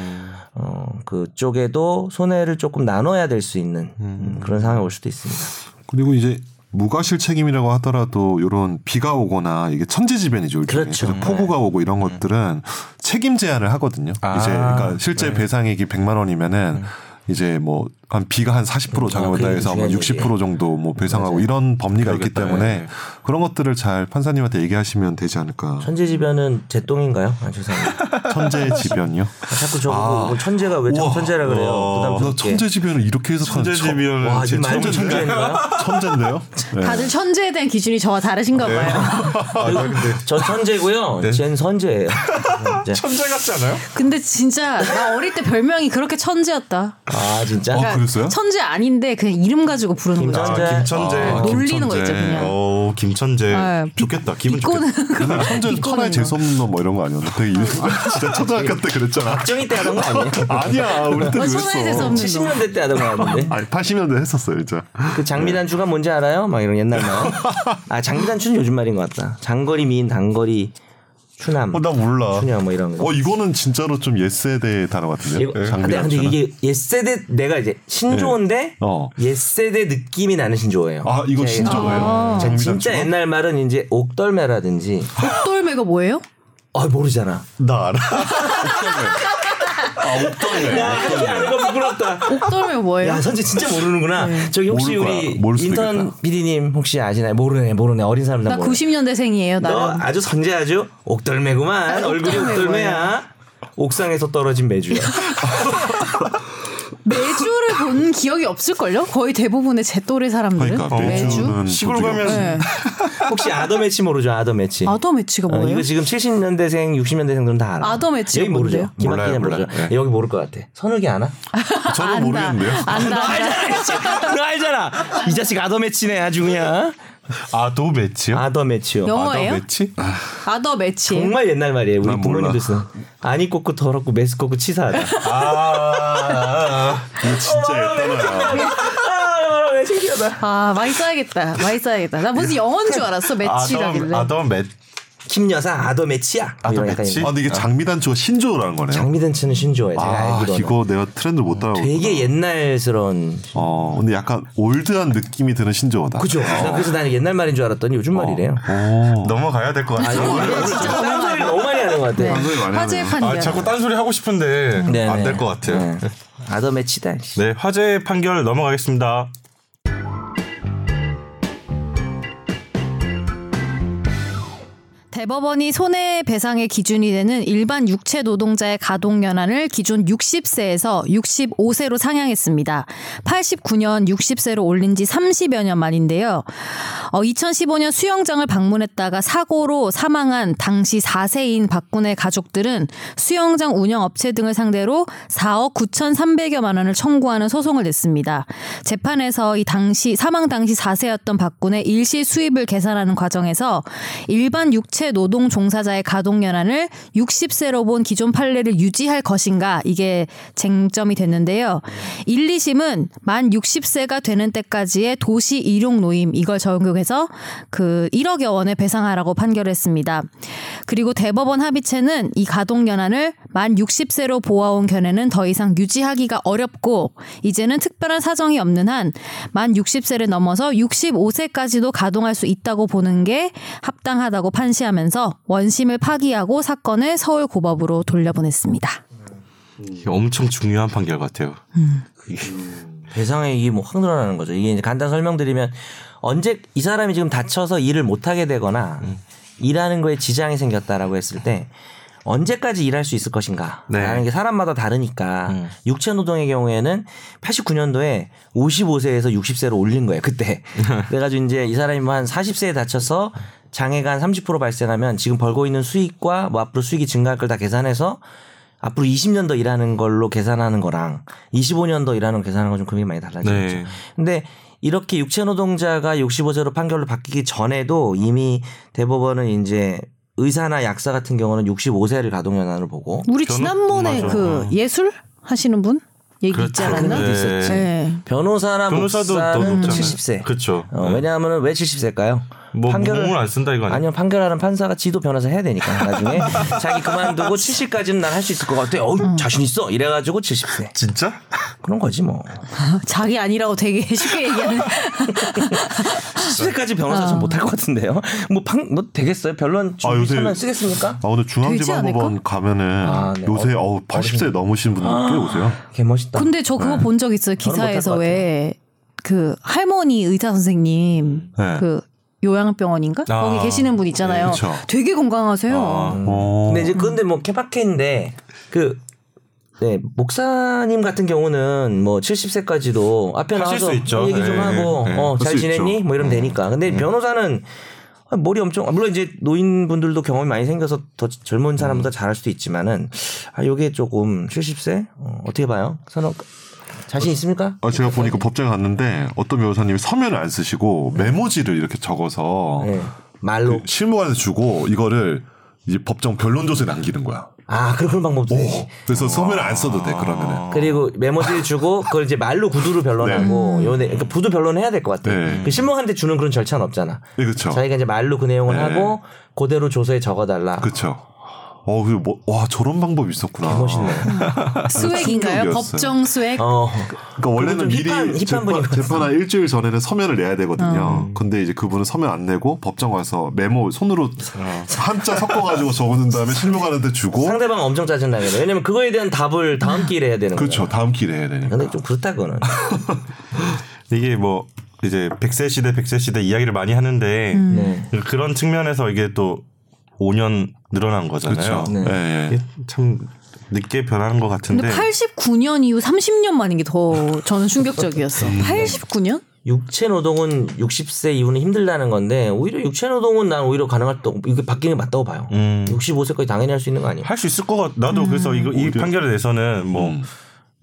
C: 어, 그쪽에도 손해를 조금 나눠야 될 수 있는 음, 그런 상황이 올 수도 있습니다.
D: 그리고 이제 무과실 책임이라고 하더라도 이런 비가 오거나 이게 천지지변이죠. 요즘에.
C: 그렇죠.
D: 그래서 폭우가 오고 이런 것들은 책임 제한을 하거든요.
A: 아, 네.
D: 이제 그러니까 실제 배상액이 100만 원이면은 이제 뭐 한 비가 한 40% 작용한다
C: 그렇죠. 그게 예.
D: 해서
C: 중요한
D: 뭐60% 정도 뭐 배상하고 이런 법리가 있기
A: 그러겠다.
D: 때문에
A: 예.
D: 그런 것들을 잘 판사님한테 얘기하시면 되지 않을까.
C: 천재지변은 제 똥인가요? 아, 죄송합니다.
D: 천재지변이요.
C: 아, 자꾸 저보고
D: 아.
C: 이거 뭐 천재가 왜 자꾸 천재라 그래요?
D: 나
C: 부담스럽게.
D: 어, 천재지변을 이렇게 해석하는
A: 천재지변을
C: 와, 이
A: 제
C: 말이
A: 천재-
C: 천재인가요?
D: 천재인데요? 네.
B: 다들 천재에 대한 기준이 저와 다르신가 봐요.
D: 아,
C: 저 천재고요. 쟨 선재예요. 네.
A: 천재 같지 않아요?
B: 근데 진짜 나 어릴 때 별명이 그렇게 천재였다.
C: 아 진짜.
D: 아, 그랬어요?
B: 천재 아닌데 그냥 이름 가지고 부르는 거죠.
C: 김천재.
A: 아, 김천재.
D: 아,
B: 놀리는 거
D: 김천재.
B: 있죠 그냥.
A: 어 김천재
B: 아, 비-
A: 좋겠다 기분
B: 비꼬는
A: 좋겠다.
D: 옛날 천재
B: 비꼬는 거.
D: 천하의 재수없는 놈뭐 이런 거 아니었나? 되게 일- 진짜 초등학교 때 그랬잖아.
C: 박정희 때 하던 거 아니에요?
D: 아니야 우리 때
B: 어, 천하의 재수
D: 그랬어.
B: 없는
C: 70년대 때 하던 거 같은데.
D: 아니 80년대 했었어요 진짜.
C: 그 장미단추가 뭔지 알아요? 막 이런 옛날 말. 아 장미단추는 요즘 말인 것 같다. 장거리 미인, 단거리 추남,
D: 어나 몰라.
C: 추녀 뭐 이런 거.
D: 어 이거는 네, 진짜로 좀 옛세대의 단어 같은데.
C: 이거- 아, 근데, 근데 이게 옛세대 내가 이제 신조어인데
D: 어.
C: 옛세대 느낌이 나는 신조어예요.
D: 아 이거
C: 제가
D: 진짜예요.
C: 진짜
D: 장미단
C: 진짜
D: 추가?
C: 옛날 말은 이제 옥덜매라든지
B: 옥돌매가 뭐예요?
C: 아 모르잖아.
D: 나 알아. 아,
C: 이렇게 아는 거 부끄럽다.
B: 옥돌매가 뭐예요?
C: 야 선재 진짜 모르는구나.
B: 네.
C: 저기 혹시
D: 모를 거야.
C: 우리
D: 모를 수도
C: 인턴
D: 있겠다.
C: PD님 혹시 아시나요? 모르네 모르네 어린 사람 다
B: 나
C: 모르네.
B: 90년대생이에요
C: 너
B: 나름.
C: 아주 선재 아주 옥덜매구만
B: 아,
C: 얼굴이
B: 옥덜매
C: 옥덜매야. 옥상에서 떨어진 매주야.
B: 매주를 본 기억이 없을걸요? 거의 대부분의 제 또래 사람들은
D: 그러니까
B: 매주.
D: 매주는
A: 음, 시골
D: 도저히
A: 가면
D: 없어.
B: 네.
C: 혹시 아더 매치 모르죠? 아더 매치.
B: 아더 매치가
C: 어,
B: 뭐예요?
C: 이거 지금 70년대생, 60년대생들은 다 알아.
B: 아더 매치가
C: 여기 모르죠.
B: 뭔데요?
C: 김학기는
A: 몰라요,
C: 모르죠.
A: 몰라요. 네.
C: 여기 모를 것 같아. 선욱이 아나?
D: 저는 모르겠는데요.
B: 안다. 안다.
C: 너 알잖아. 이 자식 아더 매치네 아주 그냥.
A: 아도 매치요?
C: 아더 매치요.
A: 아도
B: 영어예요?
A: 매치?
B: 아더 매치.
C: 정말 옛날 말이에요. 우리
D: 난
C: 부모님도
D: 몰라.
C: 쓰는. 아니 꽂고 더럽고 메스껍고 치사하다.
A: 아
D: 이거 진짜 옛단어야.
C: 아, 왜 신기하다.
B: 아 많이 써야겠다. 많이 써야겠다. 나 무슨 영어인 줄 알았어 매치라길래.
A: 아도 아도 매
C: 김 여사 아더 매치야. 뭐
A: 아더
C: 이런 약간
A: 매치?
D: 아
C: 이런.
D: 근데 이게 장미단추가 신조어라는 거네요.
C: 장미단추는 신조어예요. 제가
D: 아
C: 알기로는.
D: 이거 내가 트렌드를 못 따라오고.
C: 되게 옛날스러운.
D: 어 근데 약간 올드한 느낌이 드는 신조어다.
C: 그죠? 나 그래서 나는 옛날 말인 줄 알았더니 요즘 말이래요.
D: 오.
A: 넘어가야 될 것 같아요.
B: 진짜
C: 딴 소리 너무 많이 하는 것 같아.
D: 방송이 많이
B: 네. 화제
D: 하네요.
B: 판결.
A: 아 자꾸 딴소리 하고 싶은데
C: 네네.
A: 안 될 것 같아요.
C: 네. 아더 매치다. 씨.
A: 네 화재 판결 넘어가겠습니다.
B: 대법원이 손해배상의 기준이 되는 일반 육체 노동자의 가동연한을 기존 60세에서 65세로 상향했습니다. 89년 60세로 올린 지 30여 년 만인데요. 어, 2015년 수영장을 방문했다가 사고로 사망한 당시 4세인 박군의 가족들은 수영장 운영업체 등을 상대로 4억 9,300여만 원을 청구하는 소송을 냈습니다. 재판에서 이 당시 사망 당시 4세였던 박군의 일시 수입을 계산하는 과정에서 일반 육체 노동 종사자의 가동 연한을 60세로 본 기존 판례를 유지할 것인가 이게 쟁점이 됐는데요. 1, 2심은 만 60세가 되는 때까지의 도시 일용 노임 이걸 적용해서 그 1억여 원을 배상하라고 판결했습니다. 그리고 대법원 합의체는 이 가동 연한을 만 60세로 보아온 견해는 더 이상 유지하기가 어렵고 이제는 특별한 사정이 없는 한 만 60세를 넘어서 65세까지도 가동할 수 있다고 보는 게 합당하다고 판시하면서 원심을 파기하고 사건을 서울 고법으로 돌려보냈습니다.
A: 이게 엄청 중요한 판결 같아요.
C: 배상액이 뭐 확 늘어나는 거죠. 이게 이제 간단 설명드리면 언제 이 사람이 지금 다쳐서 일을 못 하게 되거나 일하는 거에 지장이 생겼다라고 했을 때 언제까지 일할 수 있을 것인가?
A: 네.
C: 라는 게 사람마다 다르니까 육체 노동의 경우에는 89년도에 55세에서 60세로 올린 거예요. 그때. 그래가지고 이제 이 사람이 뭐한 40세에 다쳐서 장애가 한 30% 발생하면 지금 벌고 있는 수익과 뭐 앞으로 수익이 증가할 걸 다 계산해서 앞으로 20년 더 일하는 걸로 계산하는 거랑 25년 더 일하는 걸 계산하는 건 좀 금액이 많이 달라지죠.
A: 네.
C: 근데 이렇게 육체 노동자가 65세로 판결로 바뀌기 전에도 이미 대법원은 이제 의사나 약사 같은 경우는 65세를 가동연한으로 보고
B: 우리
A: 저는-
B: 지난번에
A: 맞아.
B: 그 예술 하시는 분 얘기 있지
A: 그렇죠.
B: 않았나?
A: 네.
C: 있었지.
B: 네.
C: 변호사나
A: 아, 변호사도 더
C: 목사는
A: 높잖아요.
C: 70세.
A: 그렇죠.
C: 어, 왜냐하면 왜 70세일까요?
A: 뭐 몸을 안 쓴다 이거 아니야?
C: 아니요 판결하는 판사가 지도 변호사 해야 되니까 나중에 자기 그만두고 70까지는 난 할 수 있을 것 같아. 어 자신 있어 이래가지고 70세
A: 진짜?
C: 그런 거지 뭐.
B: 자기 아니라고 되게 쉽게 얘기하는.
C: 70세까지 변호사 전 못할 것 같은데요. 뭐판뭐 되겠어요? 변론
D: 아, 요새-
C: 하면 쓰겠습니까?
D: 아 오늘
B: 않을까?
D: 중앙지방법원 가면은
C: 아, 네.
D: 요새
C: 어,
D: 어, 80세 넘으신 분들 꽤 오세요.
C: 개 멋있다.
B: 근데 저
D: 네.
B: 그거 본 적 있어요. 기사에서
C: 못할 것
B: 왜 그 할머니 의사 선생님
D: 네.
B: 그 요양병원인가
A: 아,
B: 거기 계시는 분 있잖아요.
D: 그쵸.
B: 되게 건강하세요. 음.
D: 어.
C: 근데 이제 근데 뭐 케바케인데 그 네, 목사님 같은 경우는 뭐 70세까지도 앞에
A: 하실
C: 나와서
A: 수 있죠.
C: 얘기 좀
A: 예,
C: 하고
A: 예.
C: 어,
D: 할
C: 잘
D: 수
C: 지냈니?
D: 있죠.
C: 뭐
A: 음.
C: 이러면 되니까. 근데 변호사는 머리 엄청 물론 이제 노인분들도 경험이 많이 생겨서 더 젊은
A: 음.
C: 사람보다 잘할 수도 있지만은 아 요게 조금 70세 어, 어떻게 봐요? 선호 자신
A: 어.
C: 있습니까?
D: 아, 제가 보니까 법정에 갔는데 어떤 변호사님이 서면을 안 쓰시고 메모지를 이렇게 적어서 그
C: 네. 말로
A: 그
D: 실무관에 주고 이거를 이제 법정 변론조서에 남기는 거야.
C: 아 그런 방법도 되지.
D: 그래서 서면을 안 써도 돼 그러면은.
C: 그리고 메모지를 주고 그걸 이제 말로 구두로 변론하고 요 내- 그러니까 부두 변론해야 될 것 같아요.
D: 네.
C: 그 신문한테 주는 그런 절차는 없잖아.
D: 네, 그렇죠.
C: 자기가 이제 말로 그 내용을
D: 네.
C: 하고 그대로 조서에 적어달라.
D: 그렇죠. 어, 그 뭐, 와 저런 방법이 있었구나.
C: 멋있네.
B: 수액인가요?
D: 충격이었어요.
B: 법정 수액.
C: 어.
D: 그러니까 원래는
C: 좀
D: 미리
C: 힙한- 어. 힙한
D: 재판,
C: 분이거든요.
D: 재판한 일주일 전에는 서면을 내야 되거든요. 근데 이제 그분은 서면 안 내고 법정 가서 메모 손으로 한자 섞어가지고 적어놓은 다음에 실무관한테 주고
C: 상대방 엄청 짜증나겠네. 왜냐면 그거에 대한 답을 다음 기일에 해야 되는 거예요.
D: 그렇죠. 다음 길에 해야 되니까.
C: 근데 좀 그렇다 그거는.
A: 이게 뭐 이제 100세 시대 100세 시대 이야기를 많이 하는데
C: 네.
A: 그런 측면에서 이게 또 5년 늘어난 거잖아요.
D: 그렇죠. 네. 예, 예.
A: 이게 참 늦게 변한 것 같은데
B: 근데
D: 네.
B: 89년 이후 30년 만인 게 더 저는 충격적이었어.
D: 음.
B: 89년?
C: 육체 노동은 60세 이후는 힘들다는 건데 오히려 육체 노동은 난 오히려 가능할 때 이게 바뀌는 게 맞다고 봐요.
A: 음.
C: 65세까지 당연히 할 수 있는 거 아니에요?
A: 할 수 있을 것 같. 나도
C: 음.
A: 그래서 이거 이 판결에 대해서는 뭐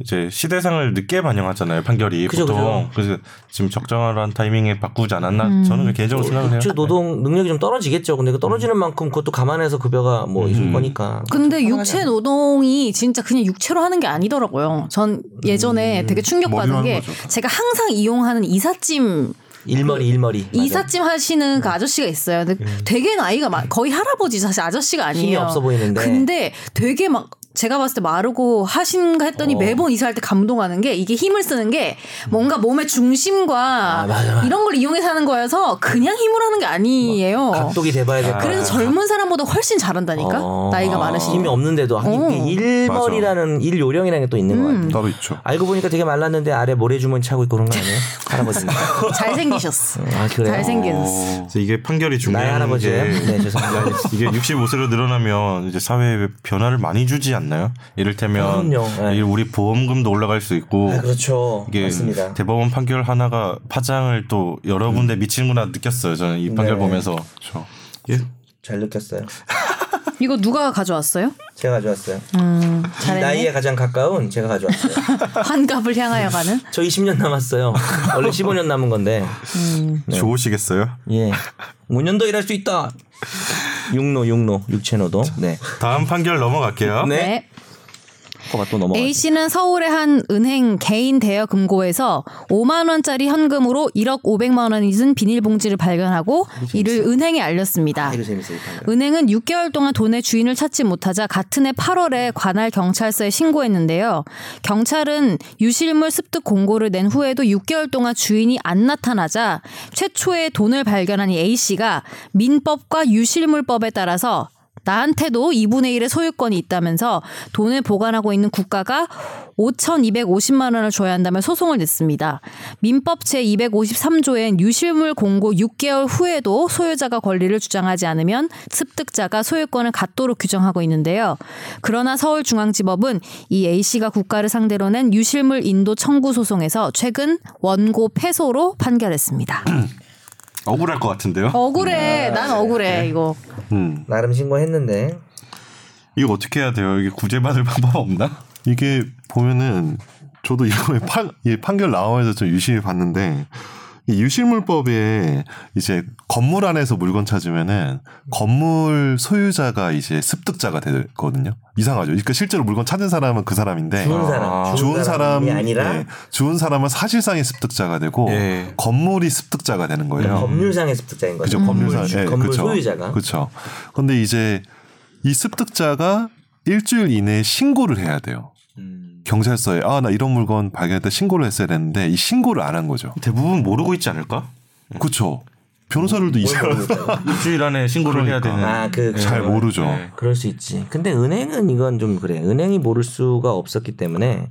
A: 이제 시대상을 늦게 반영하잖아요 판결이
C: 그죠, 음.
A: 보통 그래서 지금 적절한 타이밍에 바꾸지 않았나 저는 개인적으로 생각을 해요.
C: 육체 노동 능력이 좀 떨어지겠죠. 근데 그 떨어지는 만큼 그것도 감안해서 급여가 뭐
D: 음.
C: 있을 거니까.
B: 근데 육체 노동이 진짜 그냥 육체로 하는 게 아니더라고요. 전 예전에 되게
D: 음. 머리로
B: 충격받은
D: 하는
B: 게
D: 거죠.
B: 제가 항상 이용하는 이삿짐
C: 일머리 일머리. 맞아.
B: 이삿짐 하시는
C: 음.
B: 그 아저씨가 있어요. 근데 되게 나이가 많, 거의 할아버지 사실 아저씨가 아니에요.
C: 힘이 없어 보이는데.
B: 근데 되게 막 제가 봤을 때 마르고 하신가 했더니
C: 어. 음.
B: 매번 이사할 때 감동하는 게 이게 힘을 쓰는 게 뭔가 몸의 중심과
C: 아, 맞아, 맞아.
B: 이런 걸 이용해서 하는 거여서 그냥 힘을 하는 게 아니에요.
C: 뭐 각독이 돼봐야 될거
B: 그래서 젊은 사람보다 훨씬 잘한다니까 나이가 많으시면
C: 아. 어. 힘이 없는데도 아,
B: 어. 음.
C: 이게 일벌이라는 일요령이라는 게 또 있는 것 같아요.
D: 따로 있죠.
C: 알고 보니까 되게 말랐는데 아래 모래주머니 차고 있고 그런 거 아니에요? 할아버지니까.
B: 잘생기셨어.
C: 아 그래요.
B: 잘생겼어.
A: 네. 그래서 이게 판결이 중요한
C: 나의 할아버지예요?
A: 게
C: 네 죄송합니다.
A: 이게 65세로 늘어나면 이제 사회에 변화를 많이 주지 않나요? 이를테면
C: 그럼요. 네.
A: 이 우리 보험금도 올라갈 수 있고
C: 아, 그렇죠.
A: 이게
C: 맞습니다. 음.
A: 대법원 판결 하나가 파장을 또 여러 군데 미치는구나 느꼈어요. 저는 이 판결
C: 네.
A: 보면서 예?
D: 그렇죠.
C: 잘 느꼈어요.
B: 이거 누가 가져왔어요?
C: 제가 가져왔어요.
B: 음,
C: 이 나이에
B: 잘했네.
C: 가장 가까운 제가 가져왔어요.
B: 환갑을 향하여 가는.
C: 저 20년 남았어요. 원래 15년 남은 건데. 네.
A: 좋으시겠어요?
C: 예. 5년도 일할 수 있다. 육노 육노 육체노도. 네.
A: 다음 판결 넘어갈게요.
C: 네.
B: 네.
C: 코가 또 넘어가.
B: A 씨는 서울의 한 은행 개인 대여 금고에서 5만 원짜리 현금으로 1억 500만 원이 든 비닐봉지를 발견하고
C: 아,
B: 이를 은행에 알렸습니다.
C: 이거 재밌어요. 이 판결.
B: 은행은 6개월 동안 돈의 주인을 찾지 못하자 같은 해 8월에 관할 경찰서에 신고했는데요. 경찰은 유실물 습득 공고를 낸 후에도 6개월 동안 주인이 안 나타나자 최초의 돈을 발견한 이 A 씨가 민법과 유실물법에 따라서 나한테도 2분의 1의 소유권이 있다면서 돈을 보관하고 있는 국가가 5,250만 원을 줘야 한다며 소송을 냈습니다. 민법 제253조엔 유실물 공고 6개월 후에도 소유자가 권리를 주장하지 않으면 습득자가 소유권을 갖도록 규정하고 있는데요. 그러나 서울중앙지법은 이 A씨가 국가를 상대로 낸 유실물 인도 청구 소송에서 최근 원고 패소로 판결했습니다.
A: 억울할 것
C: 어?
A: 같은데요.
B: 억울해. 난 억울해, 이거.
D: 음.
C: 나름 신고했는데
A: 이거 어떻게 해야 돼요? 이게 구제받을 방법 없나?
D: 이게 보면은 저도 이번에 판, 이 판결 나오면서 좀 유심히 봤는데 이 유실물법에 이제 건물 안에서 물건 찾으면은 건물 소유자가 이제 습득자가 되거든요. 이상하죠. 그러니까 실제로 물건 찾은 사람은 그 사람인데
C: 좋은
A: 아,
C: 사람,
D: 주운
C: 좋은
D: 사람,
C: 사람이 아니라
D: 예, 주운 사람은 사실상의 습득자가 되고
A: 예.
D: 건물이 습득자가 되는 거예요.
C: 법률상의 습득자인 거죠.
D: 네. 그죠 법률상
C: 주-
D: 예,
C: 건물
D: 그쵸.
C: 소유자가
D: 그렇죠. 근데 이제 이 습득자가 일주일 이내에 신고를 해야 돼요.
C: 음.
D: 경찰서에 아 나 이런 물건 발견했다 신고를 했어야 되는데 이 신고를 안 한 거죠.
A: 대부분 모르고 있지 않을까?
C: 음.
D: 그렇죠. 변호사들도 이
C: 뭘
D: 사람
C: 모르겠다고.
A: 일주일 안에 신고를 해야 되는.
C: 아, 그,
D: 음. 잘 모르죠.
A: 네.
C: 그럴 수 있지. 근데 은행은 이건 좀 그래. 은행이 모를 수가 없었기 때문에.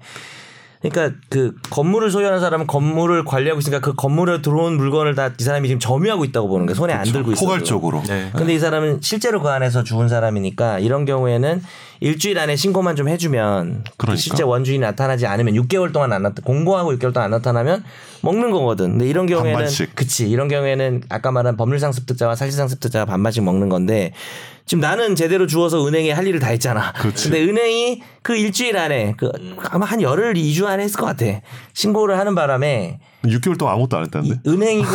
C: 그러니까 그 건물을 소유하는 사람은 건물을 관리하고 있으니까 그 건물에 들어온 물건을 다 이 사람이 지금 점유하고 있다고 보는 거야. 손에 안 들고 있어.
D: 포괄적으로.
A: 네.
C: 근데 이 사람은 실제로 그 안에서 죽은 사람이니까 이런 경우에는 일주일 안에 신고만 좀 해주면
D: 그러니까.
C: 실제 원주인이 나타나지 않으면 6개월 동안 안 나타 공고하고 6개월 동안 안 나타나면 먹는 거거든. 근데 이런 경우에는
D: 반반씩.
C: 그치 이런 경우에는 아까 말한 법률상 습득자와 사실상 습득자가 반반씩 먹는 건데 지금 나는 제대로 주워서 은행에 할 일을 다 했잖아.
D: 그렇지.
C: 근데 은행이 그 일주일 안에 그 아마 한 열흘 2주 안에 했을 것 같아. 신고를 하는 바람에
D: 6개월 동안 아무것도 안
C: 이
D: 했다는데.
C: 은행이고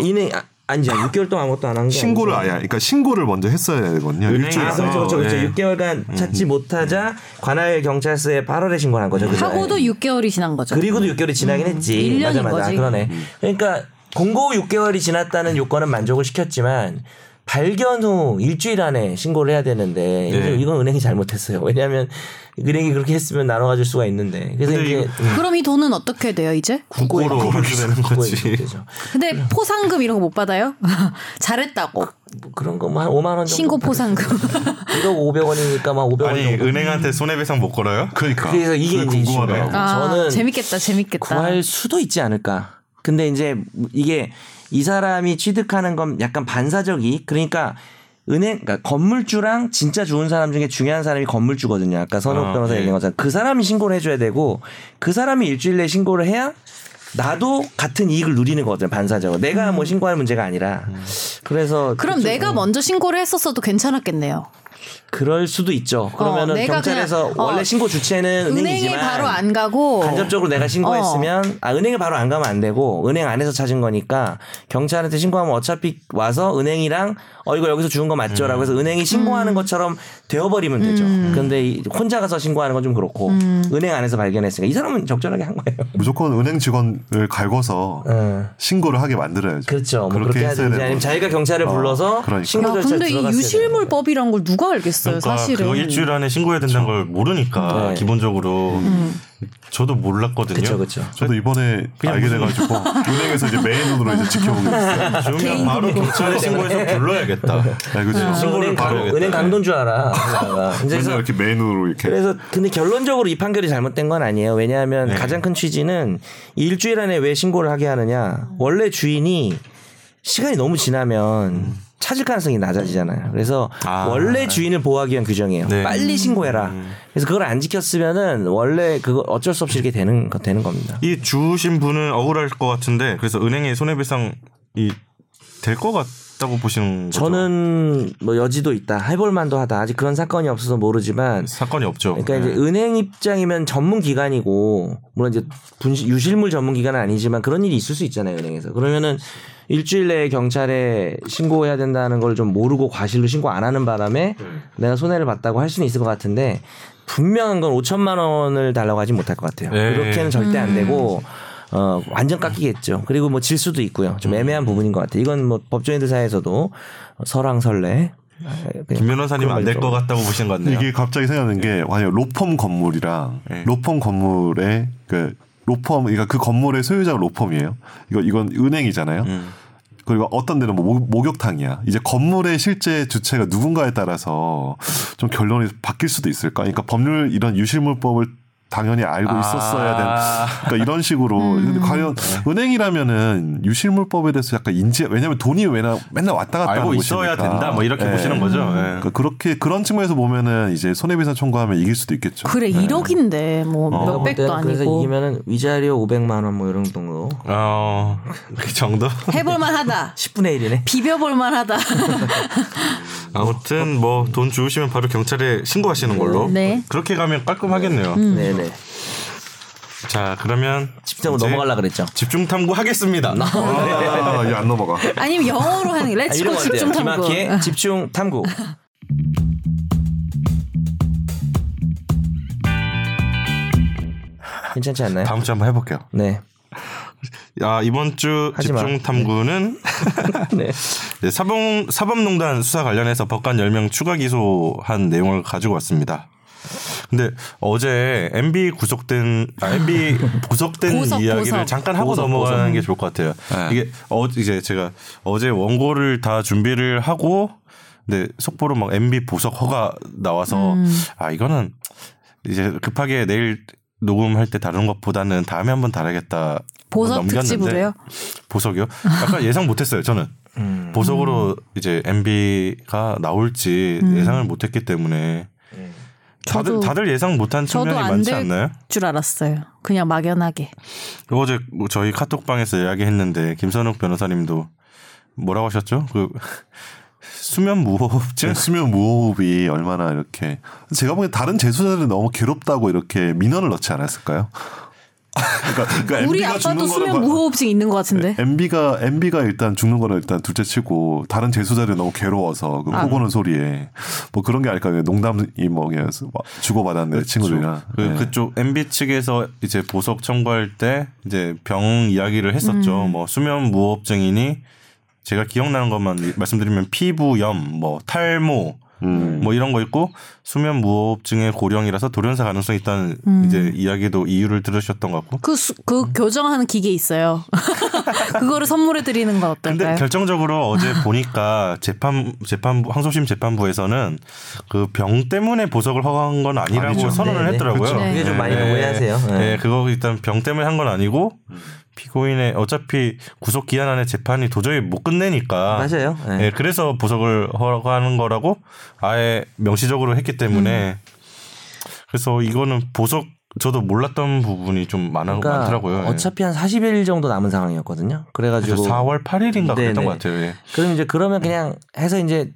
C: 은행 아, 아니지 6개월 동안 아무것도 안 한 게
D: 신고를
C: 아니고.
D: 아예 그러니까 신고를 먼저 했어야 되거든요.
A: 은행에
D: 일주일
C: 아,
A: 그래서,
C: 그렇죠, 그렇죠, 그렇죠.
A: 예.
C: 6개월간 찾지
A: 음.
C: 못하자 관할 경찰서에 8월에 신고한 거죠. 그죠?
B: 하고도 6개월이 지난 거죠.
C: 그리고도 6개월이 지나긴 했지.
B: 일 년인
C: 맞아, 맞아.
B: 거지.
C: 그러네.
A: 음.
C: 그러니까 공고 후 6개월이 지났다는 요건은 만족을 시켰지만 발견 후 일주일 안에 신고를 해야 되는데
A: 네.
C: 이건 은행이 잘못했어요. 왜냐하면 은행이 그렇게 했으면 나눠가질 수가 있는데. 그래서
A: 근데
C: 이제
A: 이거
B: 그럼 이 돈은 어떻게 돼요 이제?
A: 국고로 그렇게 되는
C: 그거에
A: 거지.
C: 되죠.
B: 근데 포상금 이런 거 못 받아요? 잘했다고
C: 뭐 네. 그런 거 뭐 한 5만 원 정도.
B: 신고 포상금.
C: 1억 500원이니까 막 500원
A: 아니 뭐, 음.
C: 정도.
A: 은행한테 손해배상 못 걸어요?
D: 그러니까.
C: 그래서 이게
D: 그게
C: 이제
D: 궁금하더라고.
C: 이슈예요.
B: 아,
C: 저는
B: 재밌겠다 재밌겠다.
C: 구할 수도 있지 않을까. 근데 이제 이게 이 사람이 취득하는 건 약간 반사적 이익. 그러니까 은행, 그러니까 건물주랑 진짜 좋은 사람 중에 중요한 사람이 건물주거든요. 아까 선욱
A: 아,
C: 변호사
B: 네.
A: 예.
C: 얘기한 것처럼 그 사람이 신고를 해줘야 되고 그 사람이 일주일 내에 신고를 해야 나도 같은 이익을 누리는 거거든요. 반사적으로. 내가 뭐 신고할 문제가 아니라. 그래서
B: 음. 그럼
C: 그쪽-
B: 내가 먼저 신고를 했었어도 괜찮았겠네요.
C: 그럴 수도 있죠. 그러면은
B: 내가
C: 경찰에서
B: 그냥- 어,
C: 원래 신고 주체는
B: 은행에
C: 은행이지만
B: 바로 안 가고
C: 간접적으로 내가 신고했으면
B: 어.
C: 아 은행을 바로 안 가면 안 되고 은행 안에서 찾은 거니까 경찰한테 신고하면 어차피 와서 은행이랑 어 이거 여기서 주운 거 맞죠라고
B: 음.
C: 해서 은행이 신고하는 것처럼 되어버리면 되죠. 근데 이- 혼자 가서 신고하는 건 좀 그렇고
B: 음.
C: 은행 안에서 발견했으니까 이 사람은 적절하게 한 거예요.
D: 무조건 은행 직원을 갈궈서
C: 응.
D: 신고를 하게 만들어야죠.
C: 어. 그렇죠. 뭐 그렇게, 해야 되는지 아니면 자기가 경찰을 불러서
D: 그러니까.
B: 야,
C: 신고 절차에
B: 아, 근데 이
C: 들어갔어야 되는 거예요.
B: 유실물법이란 걸 누가 알겠어요,
A: 그러니까
B: 사실은.
A: 그거 일주일 안에 신고해야 된다는 걸 모르니까
C: 네. 음.
A: 기본적으로 저도 몰랐거든요.
C: 그쵸 그쵸.
D: 저도 이번에 알게 돼가지고 은행에서 이제 메인으로 이제 지켜보고 있어요.
A: 아,
C: 아,
A: 그러면 바로 경찰에 신고해서 불러야겠다.
D: 네, 그죠.
A: 신고를
C: 은행 강,
A: 바로 해야겠다.
C: 은행 강도인 줄 알아. 이제
D: 맨날 이렇게 메인으로 이렇게.
C: 그래서 근데 결론적으로 이 판결이 잘못된 건 아니에요. 왜냐하면
A: 네.
C: 가장 큰 취지는 일주일 안에 왜 신고를 하게 하느냐. 원래 주인이 시간이 너무 지나면 찾을 가능성이 낮아지잖아요. 그래서
A: 아.
C: 원래 주인을 보호하기 위한 규정이에요.
A: 네.
C: 빨리 신고해라. 그래서 그걸 안 지켰으면은 원래 그거 어쩔 수 없이 이렇게 되는 거- 되는 겁니다.
A: 이 주신 분은 억울할 것 같은데 그래서 은행에 손해배상이 될 것 같다고 보시는 거죠?
C: 저는 뭐 여지도 있다. 해볼 만도 하다. 아직 그런 사건이 없어서 모르지만
A: 사건이 없죠.
C: 그러니까
A: 네.
C: 이제 은행 입장이면 전문 기관이고 물론 이제 분실 유실물 전문 기관은 아니지만 그런 일이 있을 수 있잖아요 은행에서 그러면은 일주일 내에 경찰에 신고해야 된다는 걸 좀 모르고 과실로 신고 안 하는 바람에
A: 네.
C: 내가 손해를 봤다고 할 수는 있을 것 같은데 분명한 건 5천만 원을 달라고 하진 못할 것 같아요
A: 네.
C: 그렇게는 절대 안 되고 어 완전 깎이겠죠 그리고 뭐 질 수도 있고요
A: 음.
C: 좀 애매한 부분인 것 같아요 이건 뭐 법조인들 사이에서도 설왕설래
A: 김 변호사님 안 될 것 같다고 보시는 것 같네요. 예.
D: 이게 갑자기 생각나는 게 만약 로펌 건물이랑
A: 네.
D: 로펌 건물에 그 로펌 그러니까 그 건물의 소유자가 로펌이에요. 이거 이건 은행이잖아요.
A: 음.
D: 그리고 어떤 데는 뭐 목- 목욕탕이야. 이제 건물의 실제 주체가 누군가에 따라서 좀 결론이 바뀔 수도 있을까? 그러니까 법률 이런 유실물법을 당연히 알고
A: 아.
D: 있었어야 되는 그러니까 이런 식으로 근데 과연
A: 네.
D: 은행이라면은 유실물법에 대해서 약간 인지 왜냐면 돈이 왜나 맨날 왔다 갔다
A: 알고
D: 하는
A: 있어야
D: 곳이니까.
A: 된다. 뭐 이렇게
D: 예.
A: 보시는 거죠. 예.
D: 그러니까 그렇게 그런 측면에서 보면은 이제 손해배상 청구하면 이길 수도 있겠죠.
B: 그래 1억인데 뭐
C: 내가 볼
B: 몇백도
C: 때는 네. 어, 그래서
B: 아니고
C: 이기면은 위자료 500만 원 뭐 이런 정도.
A: 어, 그 정도?
B: 해볼만하다.
C: 10분의 1이네.
B: 비벼볼만하다.
A: 아무튼 뭐 돈 주우시면 바로 경찰에 신고하시는 걸로.
B: 네.
C: 음.
A: 그렇게 가면 깔끔하겠네요.
C: 네네.
A: 자 그러면
C: 집중으로 음.
A: 이제
C: 넘어가려 그랬죠.
A: 집중 탐구 하겠습니다.
D: 아, 이안 넘어가.
B: 아니면 영어로 하는 게
C: 아,
B: 렛츠고
C: 이런 거
B: 집중
C: 어때요?
B: 탐구.
C: 김학기의 집중 탐구. 괜찮지 않나요?
A: 다음 주 한번 해볼게요.
C: 네.
A: 야 이번 주
C: 하지 마.
A: 집중 탐구는
C: 네.
A: 네, 사범 사법농단 수사 관련해서 법관 10명 추가 기소한 내용을 가지고 왔습니다. 근데 어제 MB 구속된 아, MB 구속된
B: 보석,
A: 이야기를
B: 보석.
A: 잠깐 하고
C: 보석,
A: 넘어가는
C: 보석. 네.
A: 게 좋을 것 같아요. 이게 어 이제 제가 어제 원고를 다 준비를 하고 근데 속보로 막 MB 보석 허가 나와서
B: 음.
A: 아 이거는 이제 급하게 내일 녹음할 때 다른 것보다는 다음에 한번 다뤄야겠다.
C: 어,
B: 보석
A: 넘겼는데
B: 특집으로요?
A: 보석이요? 약간 예상 못했어요. 저는
B: 음.
A: 보석으로 이제 MB가 나올지 예상을 못했기 때문에 다들
B: 저도-
A: 다들 예상 못한 측면이
B: 저도
A: 많지
B: 안
A: 않나요?
B: 될 줄 알았어요. 그냥 막연하게.
A: 어제 뭐 저희 카톡방에서 이야기했는데 김선욱 변호사님도 뭐라고 하셨죠? 그 수면 무호흡증
D: 수면 무호흡이 얼마나 이렇게 제가 보기엔 다른 재수자들이 너무 괴롭다고 이렇게 민원을 넣지 않았을까요? 그러니까,
C: 네,
D: 그러니까
B: 우리
D: MB 가 죽는
B: 아빠도
D: 거를
B: 수면
D: 봐-
B: 무호흡증 있는 것 같은데.
D: MB가 MB가 일단 죽는 거를 일단 둘째치고 다른 재수자들이 너무 괴로워서 그
B: 아.
D: 코고는 소리에 뭐 그런 게 아닐까 농담이 뭐 그냥 주고받았는데 친구들이랑
A: 그,
D: 네.
A: 그쪽 MB 측에서 이제 보석 청구할 때 이제 병 이야기를 했었죠. 뭐 수면 무호흡증이니 제가 기억나는 것만 이- 말씀드리면 피부염, 뭐 탈모,
D: 음.
A: 뭐 이런 거 있고 수면 무호흡증의 고령이라서 돌연사 가능성이 있다는 이제 이야기도 이유를 들으셨던 것 같고.
B: 그, 수-
C: 음.
B: 그 교정하는 기계 있어요. 그거를 선물해 드리는 건
A: 근데
B: 어떨까요?
A: 결정적으로 어제 보니까 재판 재판부 항소심 재판부에서는 그 병 때문에 보석을 허가한 건 아니라고
D: 아니죠.
A: 선언을
C: 네, 네.
A: 했더라고요.
C: 그쵸. 그게 좀 많이는 오해하세요.
A: 네.
C: 네.
A: 그거 일단 병 때문에 한 건 아니고 피고인의 어차피 구속 기한 안에 재판이 도저히 못 끝내니까
C: 맞아요. 네.
A: 예, 그래서 보석을 허가하는 거라고 아예 명시적으로 했기
C: 음.
A: 때문에 그래서 이거는 보석 저도 몰랐던 부분이 좀 많아,
C: 그러니까
A: 많더라고요. 예.
C: 어차피 한 40일 정도 남은 상황이었거든요.
A: 그래서
C: 그래가지고
A: 4월 8일인가 그랬던
C: 네네.
A: 것 같아요. 예.
C: 그럼 이제 그러면 그냥 해서 이제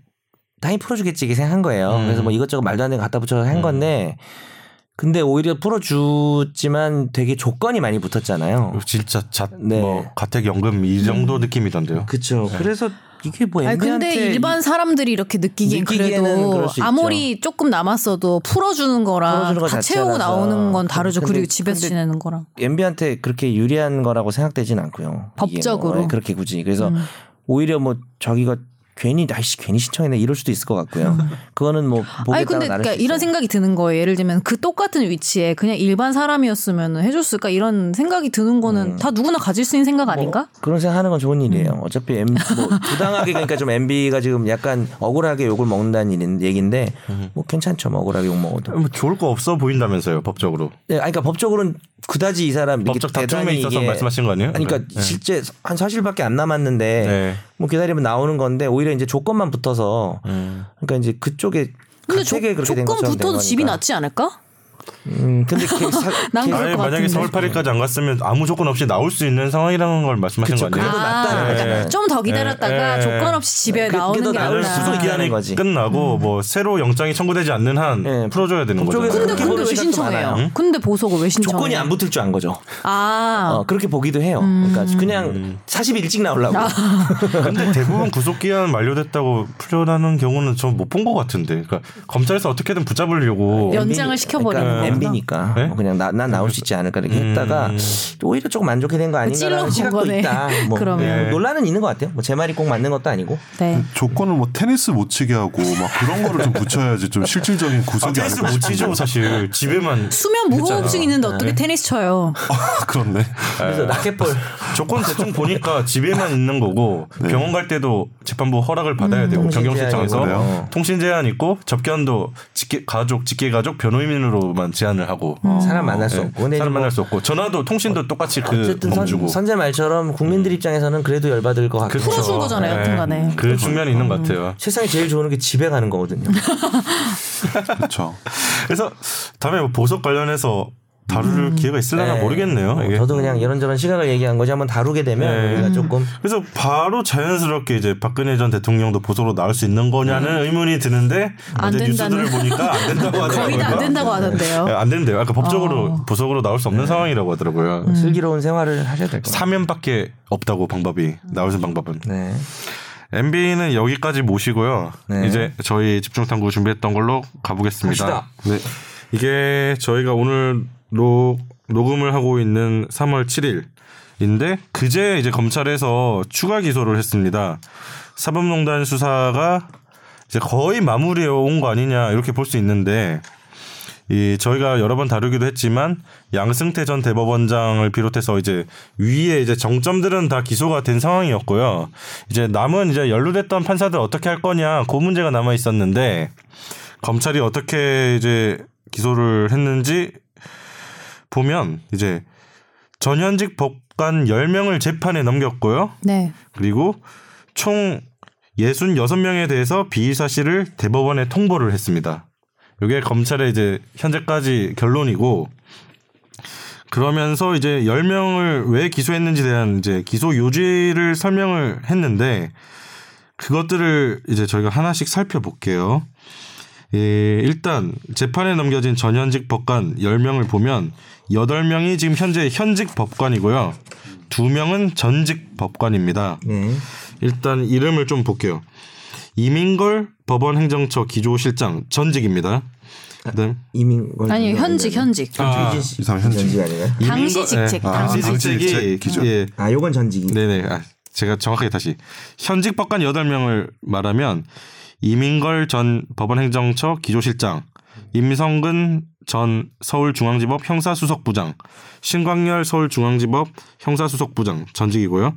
C: 당연히 풀어주겠지 이렇게 생각한 거예요.
A: 음.
C: 그래서 뭐 이것저것 말도 안 되는 거 갖다 붙여서 한 건데 근데 오히려 풀어주지만 되게 조건이 많이
A: 어.
C: 붙었잖아요.
A: 진짜 자,
C: 네.
A: 뭐 가택연금 이 정도 느낌이던데요.
C: 그렇죠. 그래서 이게 뭐
B: 아니, 근데
C: MB한테
B: 일반 사람들이 이렇게 느끼기엔
C: 느끼기에는
B: 그래도
C: 그럴 수 있죠.
B: 아무리 조금 남았어도 풀어주는 거랑
C: 풀어주는 거
B: 다 채우고
C: 자체라서.
B: 나오는 건 다르죠.
C: 근데-
B: 그리고 집에서
C: 근데-
B: 지내는 거랑.
C: MB한테 그렇게 유리한 거라고 생각되진 않고요. 이게
B: 법적으로. 음.
C: 뭐 그렇게 굳이 그래서 오히려 뭐 저기가 괜히 날씨 괜히 신청했네 이럴 수도 있을 것 같고요. 그거는 뭐 보겠다가
B: 아니 근데
C: 나를
B: 그러니까
C: 수
B: 이런
C: 있어요.
B: 생각이 드는 거예요. 예를 들면 그 똑같은 위치에 그냥 일반 사람이었으면 해줬을까 이런 생각이 드는
C: 음.
B: 거는 다 누구나 가질 수 있는
C: 뭐
B: 생각 아닌가?
C: 그런 생각하는 건 좋은 일이에요. 어차피 M 뭐 부당하게 그러니까 좀 MB가 지금 약간 억울하게 욕을 먹는다는 일인 얘기인데 뭐 괜찮죠. 뭐 억울하게 욕 먹어도.
A: 뭐 좋을 거 없어 보인다면서요 법적으로.
C: 네, 아니, 그러니까 법적으로는 그다지 이 사람 이렇게
A: 법적 다툼에
C: 대단히
A: 있어서
C: 이게-
A: 말씀하신 거 아니에요?
C: 아니, 그러니까
A: 네.
C: 실제 한 사실밖에 안 남았는데
A: 네.
C: 뭐 기다리면 나오는 건데 오히려 이제 조건만 붙어서 그러니까 이제 그쪽에
B: 근데 조,
C: 각색에 그렇게 된
B: 건
C: 것처럼 된
B: 붙어도 집이
C: 거니까.
B: 낫지 않을까?
C: 음, 근데 걔 사-
B: 난
C: 걔-
B: 그럴
A: 아예
B: 것
A: 만약에
B: 같은데.
A: 4월 8일까지 안 갔으면 아무 조건 없이 나올 수 있는 상황이라는 걸 말씀하신
C: 그쵸,
A: 거 아니에요?
C: 그래도
B: 아,
C: 낫다는
B: 그러니까
A: 거죠.
B: 좀 더 기다렸다가
A: 예.
B: 조건 없이 집에
C: 그게
B: 나오는
C: 더
B: 게
C: 나을
B: 아니라.
C: 수도 있긴 하는
A: 구속기한이
C: 거지.
A: 끝나고 뭐 새로 영장이 청구되지 않는 한
C: 네.
A: 풀어줘야 되는 거죠.
C: 그쪽에서
B: 근데 근데 왜
C: 시각도
B: 신청해요?
C: 많아요.
B: 근데 보석을 왜 신청해요?
C: 조건이 안 붙을 줄 안 거죠.
B: 아
C: 어, 그렇게 보기도 해요. 그러니까 그냥 40일 일찍 나오려고.
A: 근데 대부분 구속기한 만료됐다고 풀려나는 경우는 전 못 본 것 같은데. 그러니까 검찰에서 어떻게든 붙잡으려고
B: 연장을 시켜버리는 거구나.
C: MB니까 뭐
A: 네?
C: 그러니까
A: 음.
C: 그냥 나, 난 나올 수 있지 않을까 이렇게 했다가 오히려 조금 만족이 된 거
B: 찔러본
C: 아닌가라는 시각도
B: 거네.
C: 있다. 뭐,
B: 그러면.
C: 뭐 논란은 있는 것 같아요. 뭐 제 말이 꼭 맞는 것도 아니고.
B: 네.
D: 조건을 뭐 테니스 못 치게 하고 막 그런 거를 좀 붙여야지 좀 실질적인
A: 아,
D: 구속이
A: 테니스
D: 아닐까
A: 못 치죠
D: 싶은데.
A: 사실 집에만
B: 수면 무호흡증 있는데
A: 네.
B: 어떻게 테니스 쳐요?
D: 아, 그렇네.
C: 그래서 라켓볼
A: 조건 대충 보니까 집에만 있는 거고
C: 네.
A: 병원 갈 때도 재판부 허락을 받아야 되고
C: 통신
A: 변경실장에서
C: 음, 제한이 있고요.
A: 통신 제한 있고 접견도 직계 가족 직계 가족 변호인으로만 제한을 하고
B: 어.
C: 사람 만날 음. 수
A: 네,
C: 없고. 근데 이제
A: 사람
C: 뭐
A: 만날 수 없고 전화도 통신도 똑같이 그
C: 어쨌든
A: 멈추고 음.
C: 선, 재 말처럼 국민들 입장에서는 그래도 열받을 것 같고.
A: 그쵸.
B: 풀어준 거잖아요,
A: 네.
B: 여튼간에.
A: 그
C: 그렇죠.
A: 측면이 있는
C: 음.
A: 것 같아요.
C: 세상에 제일 좋은 게 집에 가는 거거든요.
D: 그렇죠.
A: 그래서 다음에 뭐 보석 관련해서 다룰 기회가 있을려나
C: 네.
A: 모르겠네요.
C: 어,
A: 아, 이게.
C: 저도 그냥 이런저런 시각을 얘기한 거지 한번 다루게 되면
A: 네.
C: 우리가 조금
B: 음.
A: 그래서 바로 자연스럽게 이제 박근혜 전 대통령도 보수로 나올 수 있는 거냐는 의문이 드는데
B: 음. 안
A: 어제
B: 된다는.
A: 뉴스들을 보니까 안 된다고 하더라고요.
B: 거의 다 안 된다고 하던데요.
A: 예, 안 된대요. 아까 법적으로
B: 어. 음.
A: 보석으로 나올 수 없는 상황이라고 하더라고요.
C: 슬기로운 생활을 하셔야 될 것 같아요.
A: 3연밖에 없다고 방법이 나올 수 있는 방법은.
C: 네.
A: MB는 여기까지 모시고요.
C: 네.
A: 이제 저희 집중 탐구 준비했던 걸로 가보겠습니다.
C: 갑시다.
A: 네. 이게 저희가 오늘 로, 녹음을 하고 있는 3월 7일인데 그제 이제 검찰에서 추가 기소를 했습니다. 사법농단 수사가 이제 거의 마무리에 온 거 아니냐 이렇게 볼 수 있는데 이 저희가 여러 번 다루기도 했지만 양승태 전 대법원장을 비롯해서 이제 위에 이제 정점들은 다 기소가 된 상황이었고요. 이제 남은 이제 연루됐던 판사들 어떻게 할 거냐 그 문제가 남아 있었는데 검찰이 어떻게 이제 기소를 했는지 보면 이제 전현직 법관 10명을 재판에 넘겼고요.
B: 네.
A: 그리고 총 66명에 대해서 비의 사실을 대법원에 통보를 했습니다. 이게 검찰의 이제 현재까지 결론이고 그러면서 이제 10명을 왜 기소했는지 대한 이제 기소 요지를 설명을 했는데 그것들을 이제 저희가 하나씩 살펴볼게요. 예, 일단 재판에 넘겨진 전현직 법관 10명을 보면 8명이 지금 현재 현직 법관이고요. 2명은 전직 법관입니다. 일단 이름을 좀 볼게요. 이민걸 법원행정처 기조실장 전직입니다. 그다음
C: 이민걸
B: 네. 아니 현직 현직.
A: 아,
C: 이
D: 사람 현직.
C: 아닌가요?
B: 당시
A: 이민걸-
B: 직책,
A: 예,
B: 당시
D: 직책.
A: 직책이
D: 기조.
A: 예,
C: 아 요건 전직이.
A: 네네. 아, 제가 정확하게 다시 현직 법관 8명을 말하면 이민걸 전 법원행정처 기조실장, 임성근 전 서울중앙지법 형사수석부장, 신광열 서울중앙지법 형사수석부장 전직이고요.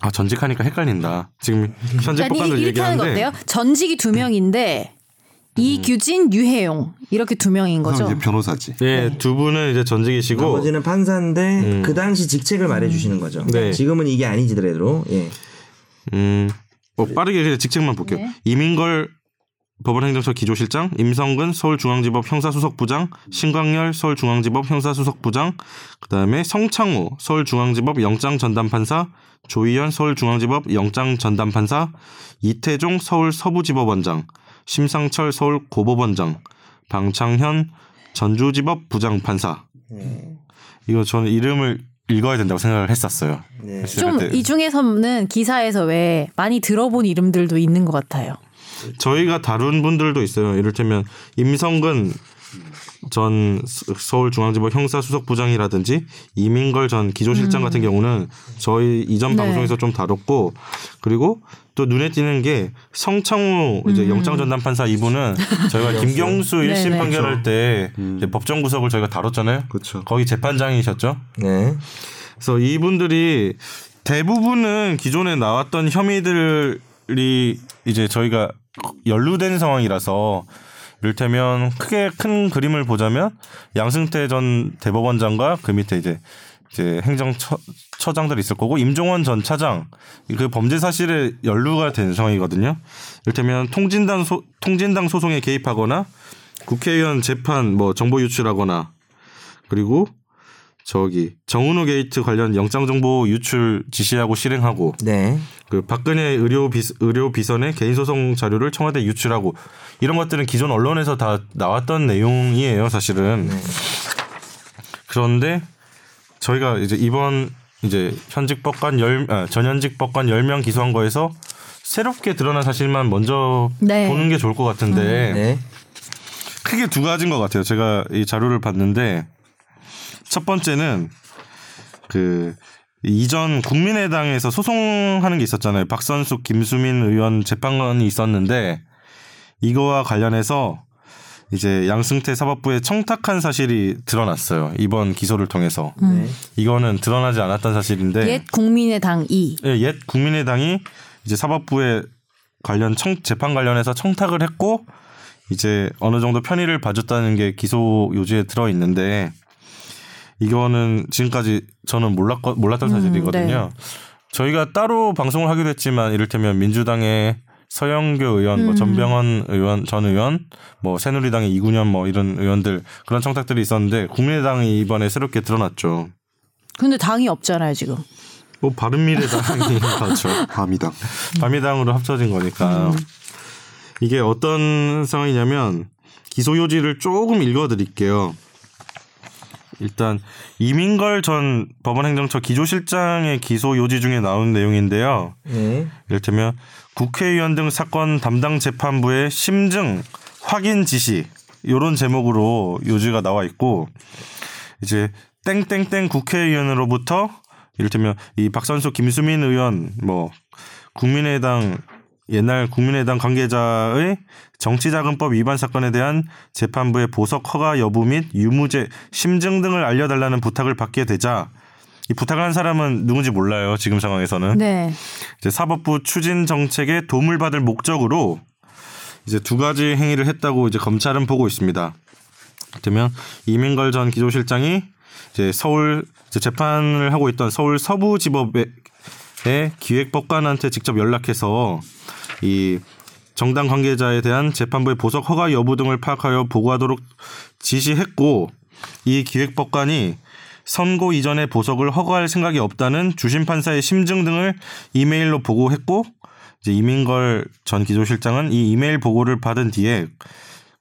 A: 아 전직하니까 헷갈린다. 지금 현직
B: 그러니까
A: 법관들
B: 이- 이렇게 하는 거
A: 얘기하는데 음.
B: 어때요? 전직이 두 명인데 이규진, 유해용 이렇게 두 명인
D: 그럼
B: 거죠.
D: 이제 변호사지.
A: 예,
B: 네.
A: 두 분은 이제 전직이시고
C: 나머지는 판사인데 그 당시 직책을 말해주시는 거죠.
A: 네.
C: 지금은 이게 아니지더라도 예.
A: 음, 어, 빠르게 그냥 직책만 볼게요. 이민걸 법원행정처 기조실장, 임성근 서울중앙지법 형사수석부장, 신광열 서울중앙지법 형사수석부장, 그다음에 성창우 서울중앙지법 영장전담판사, 조희연 서울중앙지법 영장전담판사, 이태종 서울 서부지법원장, 심상철 서울 고법원장, 방창현 전주지법 부장판사.
C: 네.
A: 이거 저는 이름을 읽어야 된다고 생각을 했었어요.
C: 네.
A: 시작할
B: 좀
A: 때.
B: 이 중에서는 기사에서 왜 많이 들어본 이름들도 있는 것 같아요.
A: 저희가 다룬 분들도 있어요. 이를테면 임성근 전 서- 서울중앙지법 형사수석부장이라든지 이민걸 전 기조실장 같은 경우는 저희 이전
B: 음. 네.
A: 방송에서 좀 다뤘고 그리고 또 눈에 띄는 게 성창우 이제 영장전담판사 이분은 저희가 김경수
B: 음. 네,
A: 1심
B: 네.
A: 판결할 때 이제 법정 구속을 저희가 다뤘잖아요.
D: 그렇죠.
A: 거기 재판장이셨죠.
C: 네.
A: 그래서 이분들이 대부분은 기존에 나왔던 혐의들이 이제 저희가 연루된 상황이라서 이를테면 크게 큰 그림을 보자면 양승태 전 대법원장과 그 밑에 이제 이제 행정처장들이 있을 거고 임종원 전 차장 그 범죄 사실에 연루가 된 상황이거든요. 이를테면 통진당 소, 통진당 소송에 개입하거나 국회의원 재판 뭐 정보 유출하거나 그리고 저기 정은호 게이트 관련 영장 정보 유출 지시하고 실행하고
C: 네.
A: 그 박근혜 의료 비 의료 비선의 개인 소송 자료를 청와대 유출하고 이런 것들은 기존 언론에서 다 나왔던 내용이에요 사실은 그런데 저희가 이제 이번 이제 현직 법관 열 아, 전현직 법관 10명 기소한 거에서 새롭게 드러난 사실만 먼저
B: 네.
A: 보는 게 좋을 것 같은데
C: 네.
A: 크게 두 가지인 것 같아요. 제가 이 자료를 봤는데 첫 번째는 그 이전 국민의당에서 소송하는 게 있었잖아요. 박선숙, 김수민 의원 재판관이 있었는데 이거와 관련해서 이제 양승태 사법부에 청탁한 사실이 드러났어요. 이번 기소를 통해서
C: 음. 네.
A: 이거는 드러나지 않았던 사실인데
B: 옛 국민의당 이
A: 예, 옛 국민의당이 이제 사법부에 관련 청, 재판 관련해서 청탁을 했고 이제 어느 정도 편의를 봐줬다는 게 기소 요지에 들어 있는데 이거는 지금까지 저는 몰랐 몰랐던
B: 음,
A: 사실이거든요. 저희가 따로 방송을 하기로 했지만 이를테면 민주당의 서영교 의원, 뭐 전병헌 의원, 전 의원, 뭐 새누리당의 이구년 뭐 이런 의원들 그런 청탁들이 있었는데 국민의당이 이번에 새롭게 드러났죠.
B: 근데 당이 없잖아요 지금.
A: 뭐 바른미래당이 그렇죠.
D: 밤이다.
A: 바미당으로 합쳐진 거니까 이게 어떤 상황이냐면 기소 요지를 조금 읽어드릴게요. 일단 이민걸 전 법원행정처 기조실장의 기소 요지 중에 나온 내용인데요.
C: 예.
A: 이를테면 국회의원 등 사건 담당 재판부의 심증 확인 지시 요런 제목으로 요지가 나와 있고 이제 땡땡땡 국회의원으로부터 이를테면 이 박선수 김수민 의원 뭐 국민의당 옛날 국민의당 관계자의 정치자금법 위반 사건에 대한 재판부의 보석 허가 여부 및 유무죄 심증 등을 알려달라는 부탁을 받게 되자 이 부탁을 한 사람은 누군지 몰라요 지금 상황에서는
B: 네.
A: 이제 사법부 추진 정책에 도움을 받을 목적으로 이제 두 가지 행위를 했다고 이제 검찰은 보고 있습니다. 그러면 이민걸 전 기조실장이 이제 서울 이제 재판을 하고 있던 서울 서부지법의 의 네, 기획법관한테 직접 연락해서 이 정당 관계자에 대한 재판부의 보석 허가 여부 등을 파악하여 보고하도록 지시했고 이 기획법관이 선고 이전에 보석을 허가할 생각이 없다는 주심 판사의 심증 등을 이메일로 보고했고 이제 이민걸 전 기조실장은 이 이메일 보고를 받은 뒤에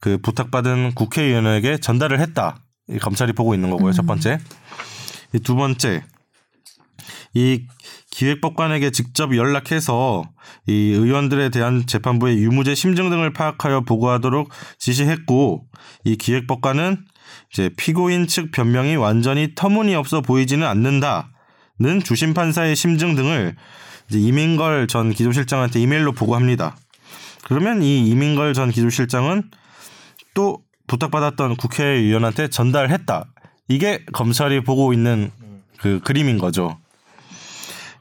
A: 그 부탁받은 국회의원에게 전달을 했다. 이 검찰이 보고 있는 거고요. 첫 번째. 이두 번째. 이 기획법관에게 직접 연락해서 이 의원들에 대한 재판부의 유무죄 심증 등을 파악하여 보고하도록 지시했고 이 기획법관은 이제 피고인 측 변명이 완전히 터무니없어 보이지는 않는다는 주심 판사의 심증 등을 이제 이민걸 전 기조실장한테 이메일로 보고합니다. 그러면 이 이민걸 전 기조실장은 또 부탁받았던 국회의원한테 전달했다. 이게 검찰이 보고 있는 그 그림인 거죠.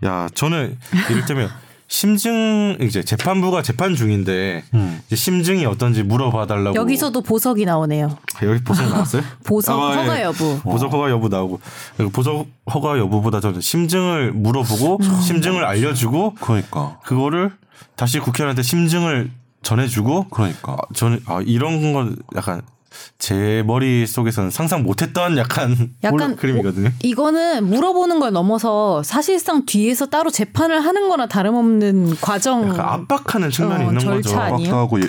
A: 야, 저는 이를테면 심증 이제 재판부가 재판 중인데 이제 심증이 어떤지 물어봐 달라고 아,
B: 여기서도 보석이 나오네요.
A: 여기 보석 나왔어요?
B: 보석
A: 아, 예.
B: 허가 여부.
A: 보석 허가 여부 나오고 그리고 보석 허가 여부보다 저는 심증을 물어보고 심증을 알려주고
D: 그러니까.
A: 그거를 다시 국회의원한테 심증을 전해주고
D: 그러니까.
A: 아, 저는 아, 이런 건 약간 제 머릿속에서는 상상 못했던 약간,
B: 약간 어.
A: 그림이거든요.
B: 이거는 물어보는 걸 넘어서 사실상 뒤에서 따로 재판을 하는 거나 다름없는 과정.
A: 약간 압박하는 측면이
B: 어,
A: 있는
B: 절차
A: 거죠.
B: 아니- 아니에요?
D: 막도 하고 얘-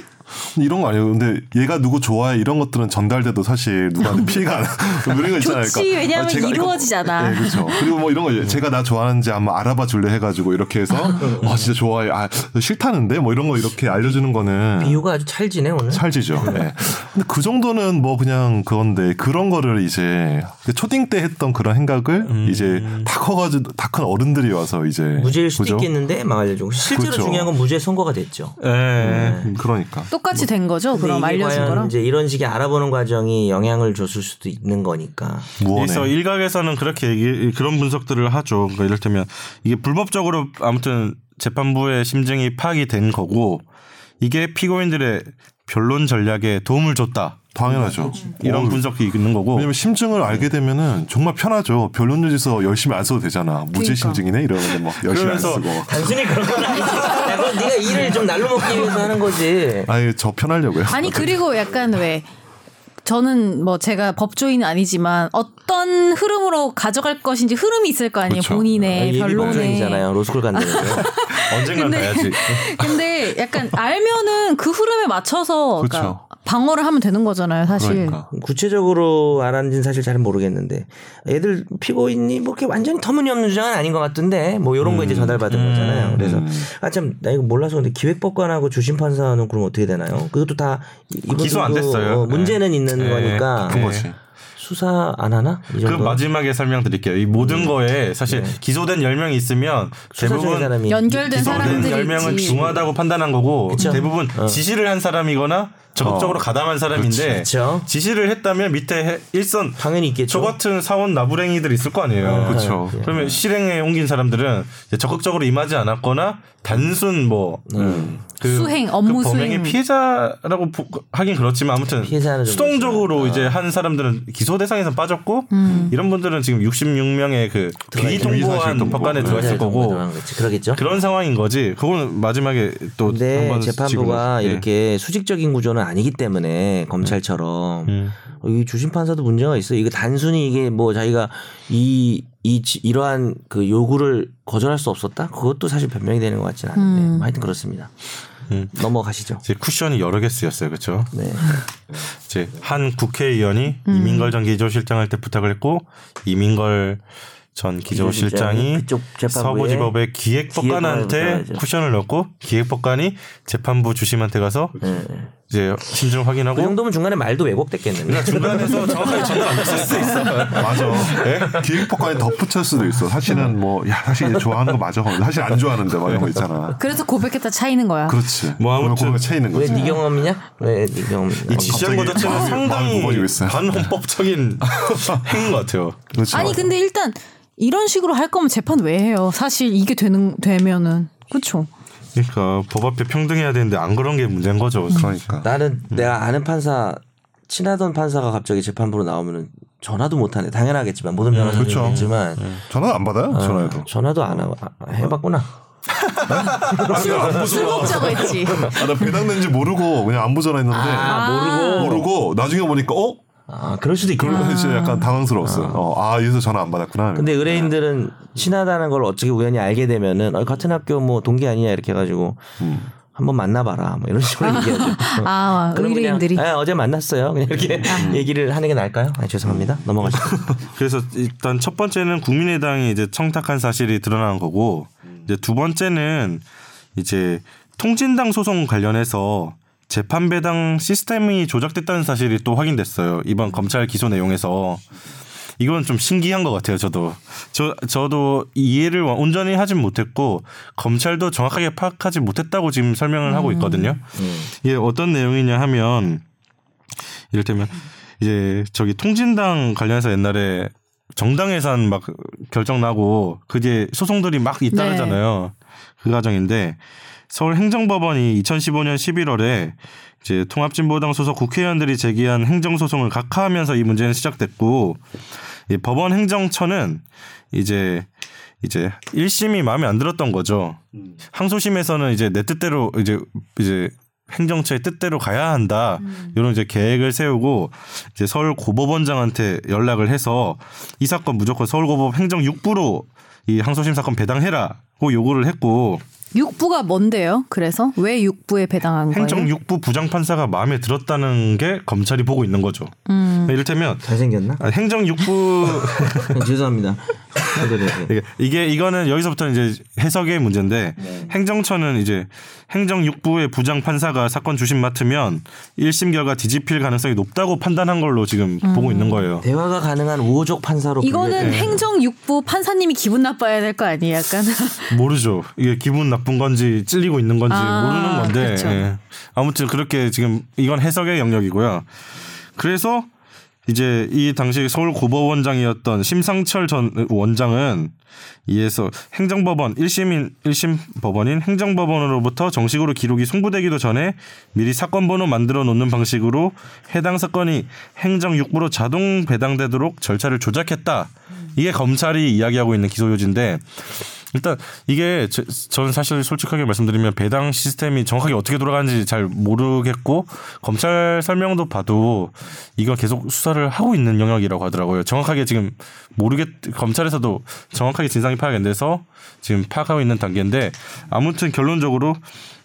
D: 이런 거 아니에요. 근데 얘가 누구 좋아해 이런 것들은 전달돼도 사실 누구한테 피해가 안 그런 거 있잖아요. 그러니까.
B: 좋지, 왜냐면 이루어지잖아.
D: 네, 그렇죠. 그리고 뭐 이런 거 제가 나 좋아하는지 한번 알아봐 줄래 해가지고 이렇게 해서 아 진짜 좋아해. 아 싫다는데 뭐 이런 거 이렇게 알려주는 거는
C: 비유가 그 아주 찰지네 오늘.
D: 찰지죠. 예. 근데 그 정도는 뭐 그냥 그건데 그런 거를 이제 그 초딩 때 했던 그런 생각을
A: 음.
D: 이제 다 커가지고 다 큰 어른들이 와서 이제
C: 무죄일 수도
D: 그죠?
C: 있겠는데 막 알려주고 실제로
D: 그렇죠.
C: 중요한 건 무죄 선고가 됐죠.
A: 예.
C: 음.
D: 그러니까
B: 똑같이 된 거죠. 그럼
C: 근데 이게
B: 알려준
C: 과연
B: 거랑.
C: 이제 이런 식의 알아보는 과정이 영향을 줬을 수도 있는 거니까.
A: 그래서
D: 무언에
A: 일각에서는 그렇게 얘기, 그런 분석들을 하죠. 그러니까 이를테면 이게 불법적으로 아무튼 재판부의 심증이 파악이 된 거고 이게 피고인들의 변론 전략에 도움을 줬다. 음,
D: 당연하죠.
A: 이런
D: 어,
A: 분석이 있는 거고
D: 왜냐면 심증을 알게 되면은 정말 편하죠. 변론 유지서 열심히 안 써도 되잖아.
C: 그러니까.
D: 무죄 심증이네 이러면 막 열심히 안
A: 그러면서
D: 쓰고.
C: 단순히 그런 건 아니지. 야, 그건 네가 일을 좀 날로 먹기 위해서 하는 거지.
D: 아예 저 편하려고요.
B: 아니 그리고 약간 왜 저는 뭐 제가 법조인은 아니지만 어떤 흐름으로 가져갈 것인지 흐름이 있을 거 아니에요
D: 그렇죠.
B: 본인의
C: 일이
B: 변론에
C: 법조인이잖아요. 로스쿨 간다는 거.
A: 언젠간
B: 근데-
A: 가야지.
B: 근데 약간 알면은 그 흐름에 맞춰서 그러니까
D: 그렇죠.
B: 방어를 하면 되는 거잖아요 사실
D: 그러니까
C: 구체적으로 알았는지는 사실 잘 모르겠는데 애들 피고인이 뭐 이렇게 완전히 터무니없는 주장은 아닌 것 같던데 뭐 이런
A: 음.
C: 거 이제 전달받은 거잖아요. 그래서 아 참 나 이거 몰라서 근데 기획법관하고 주심 판사는 그럼 어떻게 되나요? 그것도 다 이- 이번
A: 기소 안
C: 정도
A: 됐어요.
C: 어, 문제는 있는
A: 예,
C: 거니까
D: 그런 거지.
C: 수사 안 하나? 이
A: 그럼
C: 정도. 음. 네.
A: 마지막에 설명드릴게요. 이 모든 거에 사실 기소된 10명이 있으면
C: 수사 중인
A: 대부분
C: 사람이
B: 연결된
A: 기소된 10명은
B: 사람들이지
A: 중하다고 판단한 거고 대부분
C: 어.
A: 지시를 한 사람이거나 적극적으로 가담한 사람인데
C: 그쵸.
A: 지시를 했다면 밑에 해- 일선
C: 당연히 있겠죠. 음,
A: 저 같은 사원 나부랭이들 있을 거 아니에요.
C: 네.
D: 그쵸.
A: 그러면 실행에 옮긴 사람들은 이제 적극적으로 임하지 않았거나 단순 뭐
C: 네.
A: 그-
B: 수행, 업무
A: 그 범행의
B: 수행.
A: 피해자라고 보- 하긴 그렇지만 아무튼
C: 피해자는 좀 그렇죠. 아.
A: 수동적으로 이제 한 사람들은 초대상에서 빠졌고
B: 음.
A: 이런 분들은 지금 66명의 그
C: 들어가
A: 비위
C: 있죠. 네,
A: 통보한
D: 비위
A: 법관에
D: 사실
A: 들어가 있을 거고
C: 그렇지. 그러겠죠.
A: 그런 상황인 거지. 그거는 마지막에 또
C: 근데
A: 한번
C: 네, 재판부가
A: 지금, 예.
C: 이렇게 수직적인 구조는 아니기 때문에 검찰처럼
A: 음.
C: 어, 이 주심 판사도 문제가 있어. 이거 단순히 이게 뭐 자기가 이, 이 지- 이러한 그 요구를 거절할 수 없었다. 그것도 사실 변명이 되는 것 같지는 않은데 뭐 하여튼 그렇습니다.
A: 음.
C: 넘어가시죠.
A: 이제 쿠션이 여러 개 쓰였어요, 그렇죠?
C: 네.
A: 이제 한 국회의원이 이민걸 전 기조실장 할 때 부탁을 했고 이민걸 전 기조실장이
C: 그쪽 재판부에
A: 서부지법의 기획법관한테
C: 기획안을
A: 쿠션을 넣고 기획법관이 재판부 주심한테 가서 이제 심증
C: 그
A: 확인하고
C: 정도면 중간에 말도 왜곡됐겠는데.
A: 중간에서 정확하게 전달 안 됐을 수도 있어.
D: 맞아. 네? 기획법관에 덧붙일 수도 있어. 사실은 뭐, 야, 사실 얘 좋아하는 거 맞아. 사실 안 좋아하는데, 막 이런 거 있잖아.
B: 그래서 고백했다 차이는 거야.
D: 그렇지.
A: 뭐 아무튼-
D: 그걸 고개 차이는
C: 왜
D: 거지.
C: 네 경험이냐? 왜네 경험?
A: 이 지시한 것
D: 갑자기
A: 자체는
D: 마음이- 마음이
A: 상당히
D: 무거워지고 있어요.
A: 반헌법적인 행인 것 같아요.
D: 그렇지.
B: 아니 근데 일단 이런 식으로 할 거면 재판 왜 해요? 사실 이게 되는 되면은 그렇죠.
A: 그러니까 법 앞에 평등해야 되는데 안 그런 게 문제인 거죠.
D: 그러니까.
C: 어, 나는
A: 음.
C: 내가 아는 판사 친하던 판사가 갑자기 재판부로 나오면은 전화도 못 하네. 당연하겠지만 모든
D: 그렇죠.
C: 변호사들이지만
A: 음.
D: 전화 안 받아요? 전화해도.
C: 전화도 안 하고 아, 해봤구나.
B: 술 먹자고 했지.
D: 아, 나 배당된지 모르고 그냥 안부 전화했는데.
C: 모르고
D: 모르고 나중에 보니까 어?
C: 아 그럴 수도 있고.
D: 그런 진짜 약간 당황스러웠어요. 어, 아, 여기서 전화 안 받았구나.
C: 근데 의뢰인들은 친하다는 걸 어떻게 우연히 알게 되면은 어, 같은 학교 뭐 동기 아니냐 이렇게 해가지고 한번 만나봐라 뭐 이런 식으로 얘기하죠.
B: 아
C: 그럼 그냥,
B: 의뢰인들이 음. 아.
C: 아, 어제 만났어요. 그냥 이렇게 얘기를 하는 게 나을까요? 아, 죄송합니다. 넘어가시죠.
A: 그래서 일단 첫 번째는 국민의당이 이제 청탁한 사실이 드러난 거고 이제 두 번째는 이제 통진당 소송 관련해서 재판 배당 시스템이 조작됐다는 사실이 또 확인됐어요. 이번 검찰 기소 내용에서 이건 좀 신기한 것 같아요. 저도 저 저도 이해를 원- 온전히 하진 못했고 검찰도 정확하게 파악하지 못했다고 지금 설명을
D: 음.
A: 하고 있거든요. 이게 어떤 내용이냐 하면 이를테면 이제 저기 통진당 관련해서 옛날에 정당 해산 막 결정 나고 그게 소송들이 막 잇따르잖아요. 그 과정인데 서울행정법원이 2015년 11월에 이제 통합진보당 소속 국회의원들이 제기한 행정소송을 각하하면서 이 문제는 시작됐고 이 법원 행정처는 이제 이제 1심이 마음에 안 들었던 거죠. 항소심에서는 이제 내 뜻대로 이제 이제 행정처의 뜻대로 가야 한다.
B: 음.
A: 이런 이제 계획을 세우고 이제 서울 고법원장한테 연락을 해서 이 사건 무조건 서울 고법 행정 6부로 이 항소심 사건 배당해라고 요구를 했고
B: 육부가 뭔데요? 그래서 왜 육부에 배당한
A: 행정
B: 거예요?
A: 6부 부장 판사가 마음에 들었다는 게 검찰이 보고 있는 거죠.
B: 음.
A: 이를테면
C: 잘생겼나?
A: 아, 행정 6부
C: 죄송합니다. 네, 네, 네.
A: 이게- 이게 이거는 여기서부터 이제 해석의 문제인데 행정처는 이제 행정 6부의 부장 판사가 사건 주심 맡으면 1심 결과 뒤집힐 가능성이 높다고 판단한 걸로 지금 보고 있는 거예요.
C: 대화가 가능한 우호적 판사로 네,
B: 이거는
C: 분류돼.
B: 행정 육부 판사님이 기분 나빠야 될 거 아니에요? 약간
A: 모르죠. 이게 기분 나쁜 건지 찔리고 있는 건지
B: 아,
A: 모르는 건데
B: 그쵸.
A: 예. 아무튼 그렇게 지금 이건 해석의 영역이고요. 그래서 이제 이 당시 서울 고법원장이었던 심상철 전 원장은 이에서 행정법원 1심인 1심 법원인 행정법원으로부터 정식으로 기록이 송부되기도 전에 미리 사건 번호 만들어 놓는 방식으로 해당 사건이 행정 6부로 자동 배당되도록 절차를 조작했다. 이게 검찰이 이야기하고 있는 기소 요지인데 일단 이게 제- 저는 사실 솔직하게 말씀드리면 배당 시스템이 정확하게 어떻게 돌아가는지 잘 모르겠고 검찰 설명도 봐도 이거 계속 수사를 하고 있는 영역이라고 하더라고요. 정확하게 지금 모르겠 검찰에서도 정확하게 진상이 파악 안 돼서 지금 파악하고 있는 단계인데 아무튼 결론적으로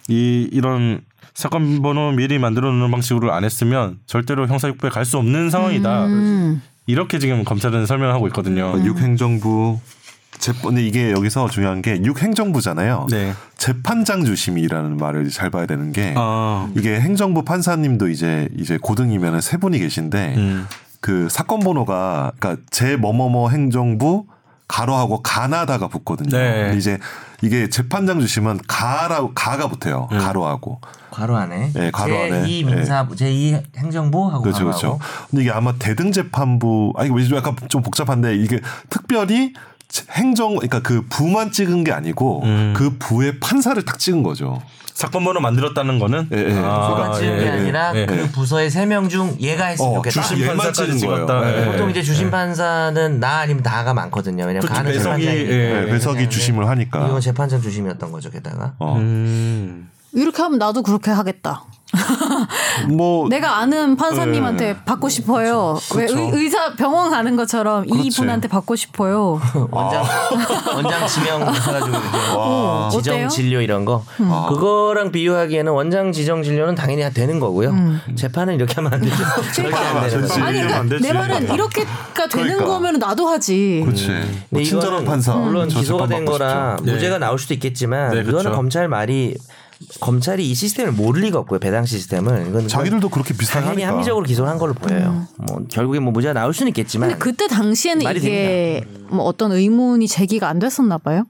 A: 이 이런 사건 번호 미리 만들어 놓는 방식으로 안 했으면 절대로 형사육부에 갈 수 없는 상황이다. 이렇게 지금 검찰은 설명하고 있거든요.
D: 그러니까 육행정부 재판 근데 이게 여기서 중요한 게 육행정부잖아요.
A: 네.
D: 재판장 주심이라는 말을 잘 봐야 되는 게
A: 아,
D: 음. 이게 행정부 판사님도 이제 이제 고등이면 세 분이 계신데
A: 음.
D: 그 사건 번호가 그러니까 제 뭐뭐뭐 행정부 가로하고 가나다가 붙거든요.
A: 네.
D: 근데 이제 이게 재판장 주심은 가라 가가 붙어요. 네. 가로하고
C: 괄호 안에
D: 네, 괄호 안에.
C: 제2 민사부 제2 행정부하고
D: 그렇죠,
C: 가로하고.
D: 그렇죠. 근데 이게 아마 대등재판부, 아니, 이게 약간 좀 복잡한데, 이게 특별히 행정 그러니까 그 부만 찍은 게 아니고 그 부의 판사를 딱 찍은 거죠.
A: 사건 번호 만들었다는 거는
D: 예, 예.
C: 부서가 찍은 게
A: 예, 예,
C: 아니라
A: 예.
C: 그 부서의 세 명 중 얘가 했으면
D: 어,
C: 좋겠다.
D: 주심- 얘만
A: 심판사까지
D: 찍은
A: 찍었다.
D: 거예요.
A: 예.
C: 보통 이제
D: 네.
C: 주심 판사는 나 아니면 나가 많거든요. 왜냐면
A: 그렇죠.
C: 가는
A: 배석이,
C: 재판장이니까.
A: 예,
D: 네, 배석이 주심을 하니까.
C: 이건 재판장 주심이었던 거죠, 게다가.
D: 어.
A: 음.
B: 이렇게 하면 나도 그렇게 하겠다.
C: 네.
D: 뭐
B: 내가 아는 판사님한테 받고 싶어요. 왜 의, 의사 병원 가는 것처럼
D: 그렇지.
B: 이분한테 받고 싶어요.
C: 원장 원장 지명 해가지고 이렇게
D: 와. 아.
C: 지정
B: 어때요? 음.
C: 진료 이런 거 그거랑 비유하기에는 원장 지정 진료는 당연히 되는 거고요.
B: 음.
C: 재판은 이렇게 하면 안 되죠.
D: 그러니까.
C: 절대 그러니까 안 되는
A: 그렇지.
C: 거죠.
B: 아니
A: 이해가 안
B: 그러니까
A: 되지.
B: 내 말은 이렇게가 되는
D: 그러니까.
B: 거면 나도 하지.
D: 그렇지. 뭐
C: 근데
D: 친절한
C: 네. 이거는
D: 판사.
C: 물론
D: 저
C: 기소가
D: 재판
C: 된
D: 받고
C: 거라
D: 싶죠.
C: 무죄가 나올 수도 있겠지만
A: 네,
C: 이거는
A: 그렇죠.
C: 검찰 말이 검찰이 이 시스템을 모를 리가 없고요. 배당 시스템을 이건
D: 자기들도 그렇게 비슷하게
C: 뭐 당연히
D: 하니까.
C: 합리적으로 기소를 한 걸로 보여요.
B: 음.
C: 뭐 결국에 뭐 무죄가 나올 수는 있겠지만
B: 근데 그때 당시에는
C: 말이
B: 이게 뭐 어떤 의문이 제기가 안 됐었나 봐요.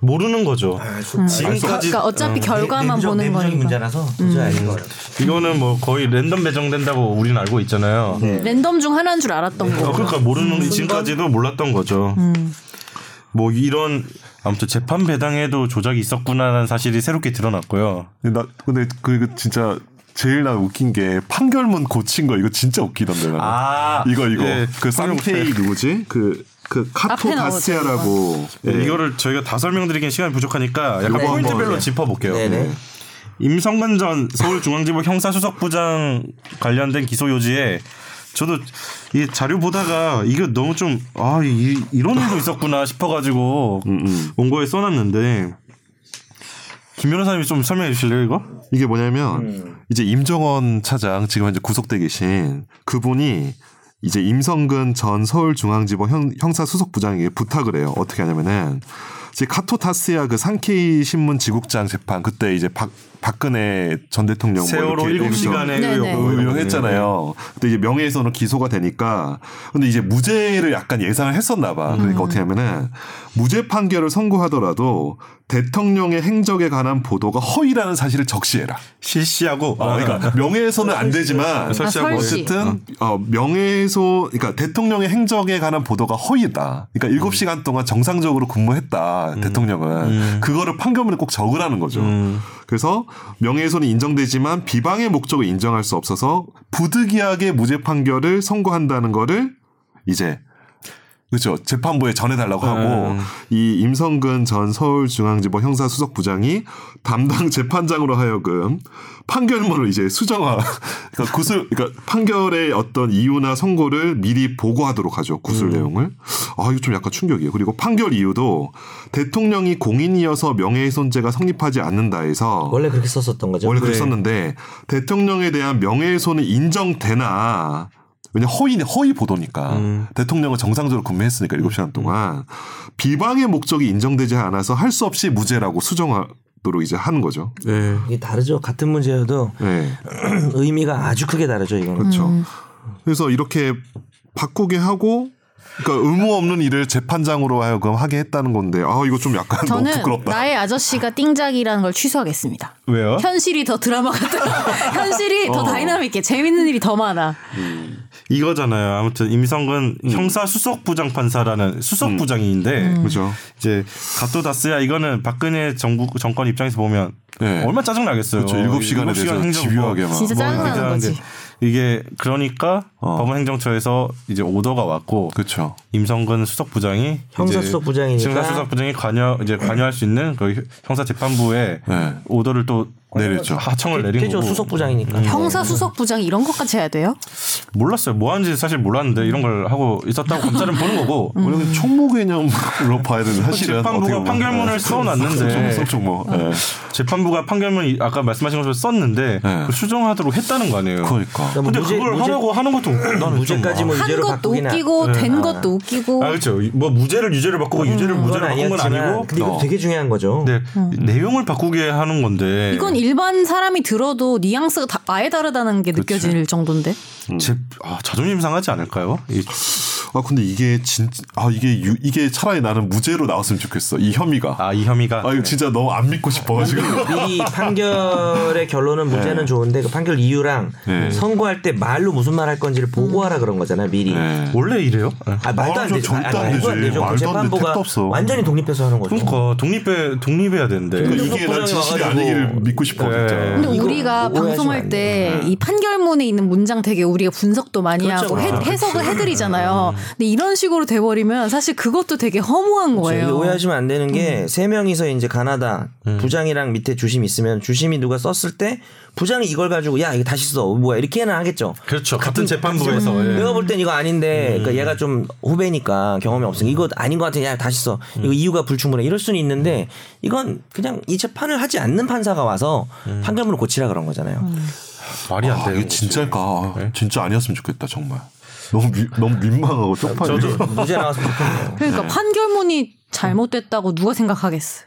A: 모르는 거죠.
C: 아,
B: 그러니까,
A: 지금까지
B: 그러니까 어차피 결과만
C: 내부적-
B: 보는
C: 내부적인
B: 거니까. 음.
C: 문제라서 도저히 아닌 거예요.
A: 이거는 뭐 거의 랜덤 배정된다고 우리는 알고 있잖아요.
D: 네.
B: 랜덤 중 하나인 줄 알았던
A: 어,
B: 거.
A: 그러니까 모르는
C: 음.
A: 지금까지도 몰랐던 거죠. 뭐 이런 아무튼 재판 배당에도 조작이 있었구나라는 사실이 새롭게 드러났고요.
D: 근데 나 근데 그 이거 진짜 제일 나 웃긴 게 판결문 고친 거 이거 진짜 웃기던데 나는.
A: 아
D: 이거 이거
A: 예,
D: 그 산케이 누구지? 그 그 카토
B: 앞에 나오죠,
D: 바스야라고 예,
A: 네, 이거를 저희가 다 설명드리기엔 시간이 부족하니까 약간
D: 네.
A: 포인트별로
D: 네.
A: 짚어볼게요.
C: 네네.
A: 임성근 전 서울중앙지법 형사수석부장 관련된 기소 요지에 저도 이 자료 보다가 이거 너무 좀 아 이런 일도 있었구나 싶어가지고
D: 음,
A: 온 거에 써놨는데 김 변호사님이 좀 설명해 주실래요 이거?
D: 이게 뭐냐면 이제 임정원 차장 지금 현재 구속돼 계신 그분이 이제 임성근 전 서울중앙지법 형, 사수석부장에게 부탁을 해요. 어떻게 하냐면은 이제 카토타스야 그 상케이 신문 지국장 재판 그때 이제 박 박근혜 전 대통령 뭐
A: 세월호
D: 이렇게
A: 일곱
D: 의혹-
A: 시간의
B: 네네.
A: 의혹.
D: 의혹했잖아요. 네, 근데 이제 명예훼손으로 기소가 되니까 근데 이제 무죄를 약간 예상을 했었나 봐. 그러니까 어떻게 하면은 무죄 판결을 선고하더라도 대통령의 행적에 관한 보도가 허위라는 사실을 적시해라.
A: 실시하고 아,
D: 어, 그러니까 명예훼손은 안 되지만
A: 설치하고
B: 아, 설치.
D: 어쨌든 어, 명예훼손 그러니까 대통령의 행적에 관한 보도가 허위다. 그러니까 일곱 시간 동안 정상적으로 근무했다. 대통령은 그거를 판결문에 꼭 적으라는 거죠. 그래서 명예훼손이 인정되지만 비방의 목적을 인정할 수 없어서 부득이하게 무죄 판결을 선고한다는 거를 이제 그렇죠 재판부에 전해달라고 하고 이 임성근 전 서울중앙지법 형사수석부장이 담당 재판장으로 하여금 판결문을 이제 수정하 그러니까 구술 그러니까 판결의 어떤 이유나 선고를 미리 보고하도록 하죠 구술 내용을 아 이거 좀 약간 충격이에요 그리고 판결 이유도 대통령이 공인이어서 명예훼손죄가 성립하지 않는다에서
C: 원래 그렇게 썼었던 거죠.
D: 원래 그랬었는데 대통령에 대한 명예훼손은 인정되나 왜냐 허위 허위 보도니까 대통령은 정상적으로 근무했으니까 7시간 동안 비방의 목적이 인정되지 않아서 할 수 없이 무죄라고 수정하도록 이제 하는 거죠.
A: 네.
C: 이게 다르죠. 같은 문제여도
D: 네.
C: 의미가 아주 크게 다르죠. 이거는.
D: 그렇죠.
B: 음.
D: 그래서 이렇게 바꾸게 하고 그러니까 의무 없는 일을 재판장으로 하여금 하게 했다는 건데 아 이거 좀 약간 너무
B: 저는
D: 부끄럽다.
B: 나의 아저씨가 띵작이라는 걸 취소하겠습니다.
A: 왜요?
B: 현실이 더 드라마 같다. 현실이 더 다이나믹해. 재밌는 일이 더 많아.
A: 이거잖아요. 아무튼 임성근 형사 수석 부장 판사라는 수석 부장인데
D: 음. 그죠?
A: 이제 가토다스야 이거는 박근혜 정부 정권 입장에서 보면
D: 네.
A: 얼마 나 짜증 나겠어요.
D: 그렇죠. 7시간에 대해서 집요하게 막
B: 진짜 짜증나는 거지.
A: 뭐 이게 그러니까
D: 어.
A: 법원행정처에서 이제 오더가 왔고
D: 그렇죠.
A: 임성근 수석 부장이
C: 형사수석 부장이니까.
A: 형사 수석 부장이 관여 이제 관여할 수 있는 그 형사 재판부에
D: 네.
A: 오더를 또
D: 내렸죠.
A: 하청을 내린
C: 그죠
A: 거고
C: 수석 부장이니까.
B: 형사 수석 부장 이런 것까지 해야 돼요?
A: 몰랐어요. 뭐 하는지 사실 몰랐는데 이런 걸 하고 있었다고 검찰은 보는 거고
B: 음.
D: 원래 총무 개념으로 봐야 되는 사실은
A: 뭐 재판부가
D: 어떻게 보면. 네.
A: 판결문을 써놨는데. 음.
D: 속속 총무. 예.
A: 재판부가 판결문 이- 아까 말씀하신 것처럼 썼는데
D: 네.
A: 그걸 수정하도록 했다는 거 아니에요.
D: 그러니까.
C: 그러니까 뭐
A: 근데
C: 무죄-
A: 그걸
C: 무죄-
A: 하라고 하는 것도 나는
C: 무죄까지
A: 좀,
C: 뭐
B: 한
C: 유죄로
B: 것도
C: 바꾸긴 하-
B: 웃기고 된 것도 웃기고
A: 아, 아 그렇죠. 뭐 무죄를 유죄를 바꾸고 유죄를
C: 음, 그건
A: 무죄를
C: 네.
A: 바꾼 건 아니고
C: 근데 이거
D: 어.
C: 되게 중요한 거죠.
A: 근데 내용을 바꾸게 하는 건데
B: 음. 이건 일반 사람이 들어도 뉘앙스가 다 아예 다르다는 게 느껴질 정도인데
A: 제, 아, 자존심 상하지 않을까요? 이
D: 아 근데 이게 진아 이게 유- 이게 차라리 나는 무죄로 나왔으면 좋겠어 이 혐의가 아,
A: 아 음. 이 혐의가
D: 이거 진짜 너무 안 믿고 싶어 지금
C: 이 판결의 결론은 무죄는 좋은데 그 판결 이유랑
D: 네.
C: 선고할 때 말로 무슨 말 할 건지를 보고하라 그런 거잖아요 미리.
D: 네.
A: 원래 이래요? 네.
C: 아 말도
D: 아,
C: 안
D: 저
C: 되죠.
D: 절대 안 되지. 말도 안 돼.
C: 재판부가
D: 택도 없어.
C: 완전히 독립해서 하는 거죠.
A: 그러니까 독립해 독립해야 되는데
D: 그러니까 이게 난 진실이
C: 와가지고.
D: 아니기를 믿고 싶어
A: 네.
D: 진짜
B: 근데
C: 이거
B: 우리가
C: 오해하시면
B: 방송할
C: 안
B: 때 이 판결문에 있는 문장 되게 우리가 분석도 많이 하고 해, 해석을 해드리잖아요. 근데 이런 식으로 돼버리면 사실 그것도 되게 허무한
C: 이게
B: 거예요.
C: 오해하시면 안 되는 게 세 명이서 이제 가나다 부장이랑 밑에 주심 있으면 주심이 누가 썼을 때 부장이 이걸 가지고 야 이거 다시 써 뭐야 이렇게는 하겠죠.
A: 그렇죠 같은, 재판부에서 예.
C: 내가 볼 땐 이거 아닌데 그러니까 얘가 좀 후배니까 경험이 없으니까 이거 아닌 것 같아 야 다시 써 이거 이유가 불충분해 이럴 수는 있는데 이건 그냥 이 재판을 하지 않는 판사가 와서 판결문을 고치라 그런 거잖아요.
A: 말이 안
D: 아
A: 되는
D: 이게
A: 거지.
D: 진짜일까 아,
A: 네.
D: 진짜 아니었으면 좋겠다 정말 너무 미- 너무 민망하고
C: 아,
D: 쪽팔려
C: 무죄 나와서 불충분해요.
B: 그러니까 판결문이 잘못됐다고 누가 생각하겠어.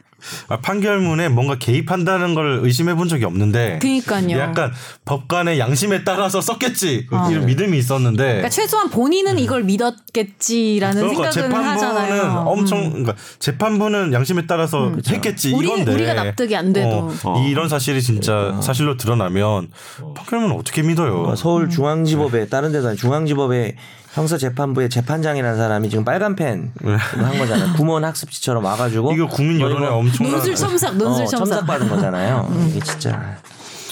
A: 아, 판결문에 뭔가 개입한다는 걸 의심해 본 적이 없는데
B: 그니까요. 아.
A: 약간 법관의 양심에 따라서 썼겠지 이런 믿음이 있었는데
B: 그러니까 최소한 본인은 이걸 믿었겠지라는
A: 그러니까
B: 생각은
A: 재판부는
B: 하잖아요. 음.
A: 엄청 그러니까 재판부는 양심에 따라서 했겠지
B: 우리-
A: 이건데
B: 우리가 납득이 안 돼도.
A: 어, 이런 사실이 진짜 사실로 드러나면 판결문 어떻게 믿어요?
C: 뭐 서울 중앙지법에 다른 데도 아니고 중앙지법에 형사재판부의 재판장이라는 사람이 지금 빨간 펜한 거잖아요. 부모는 학습지처럼 와가지고
A: 이거 국민 여론에
C: 이거
A: 엄청난
B: 논술첨삭,
C: 어, 음.
B: 논술첨삭.
C: 첨삭 받은 거잖아요. 이게 진짜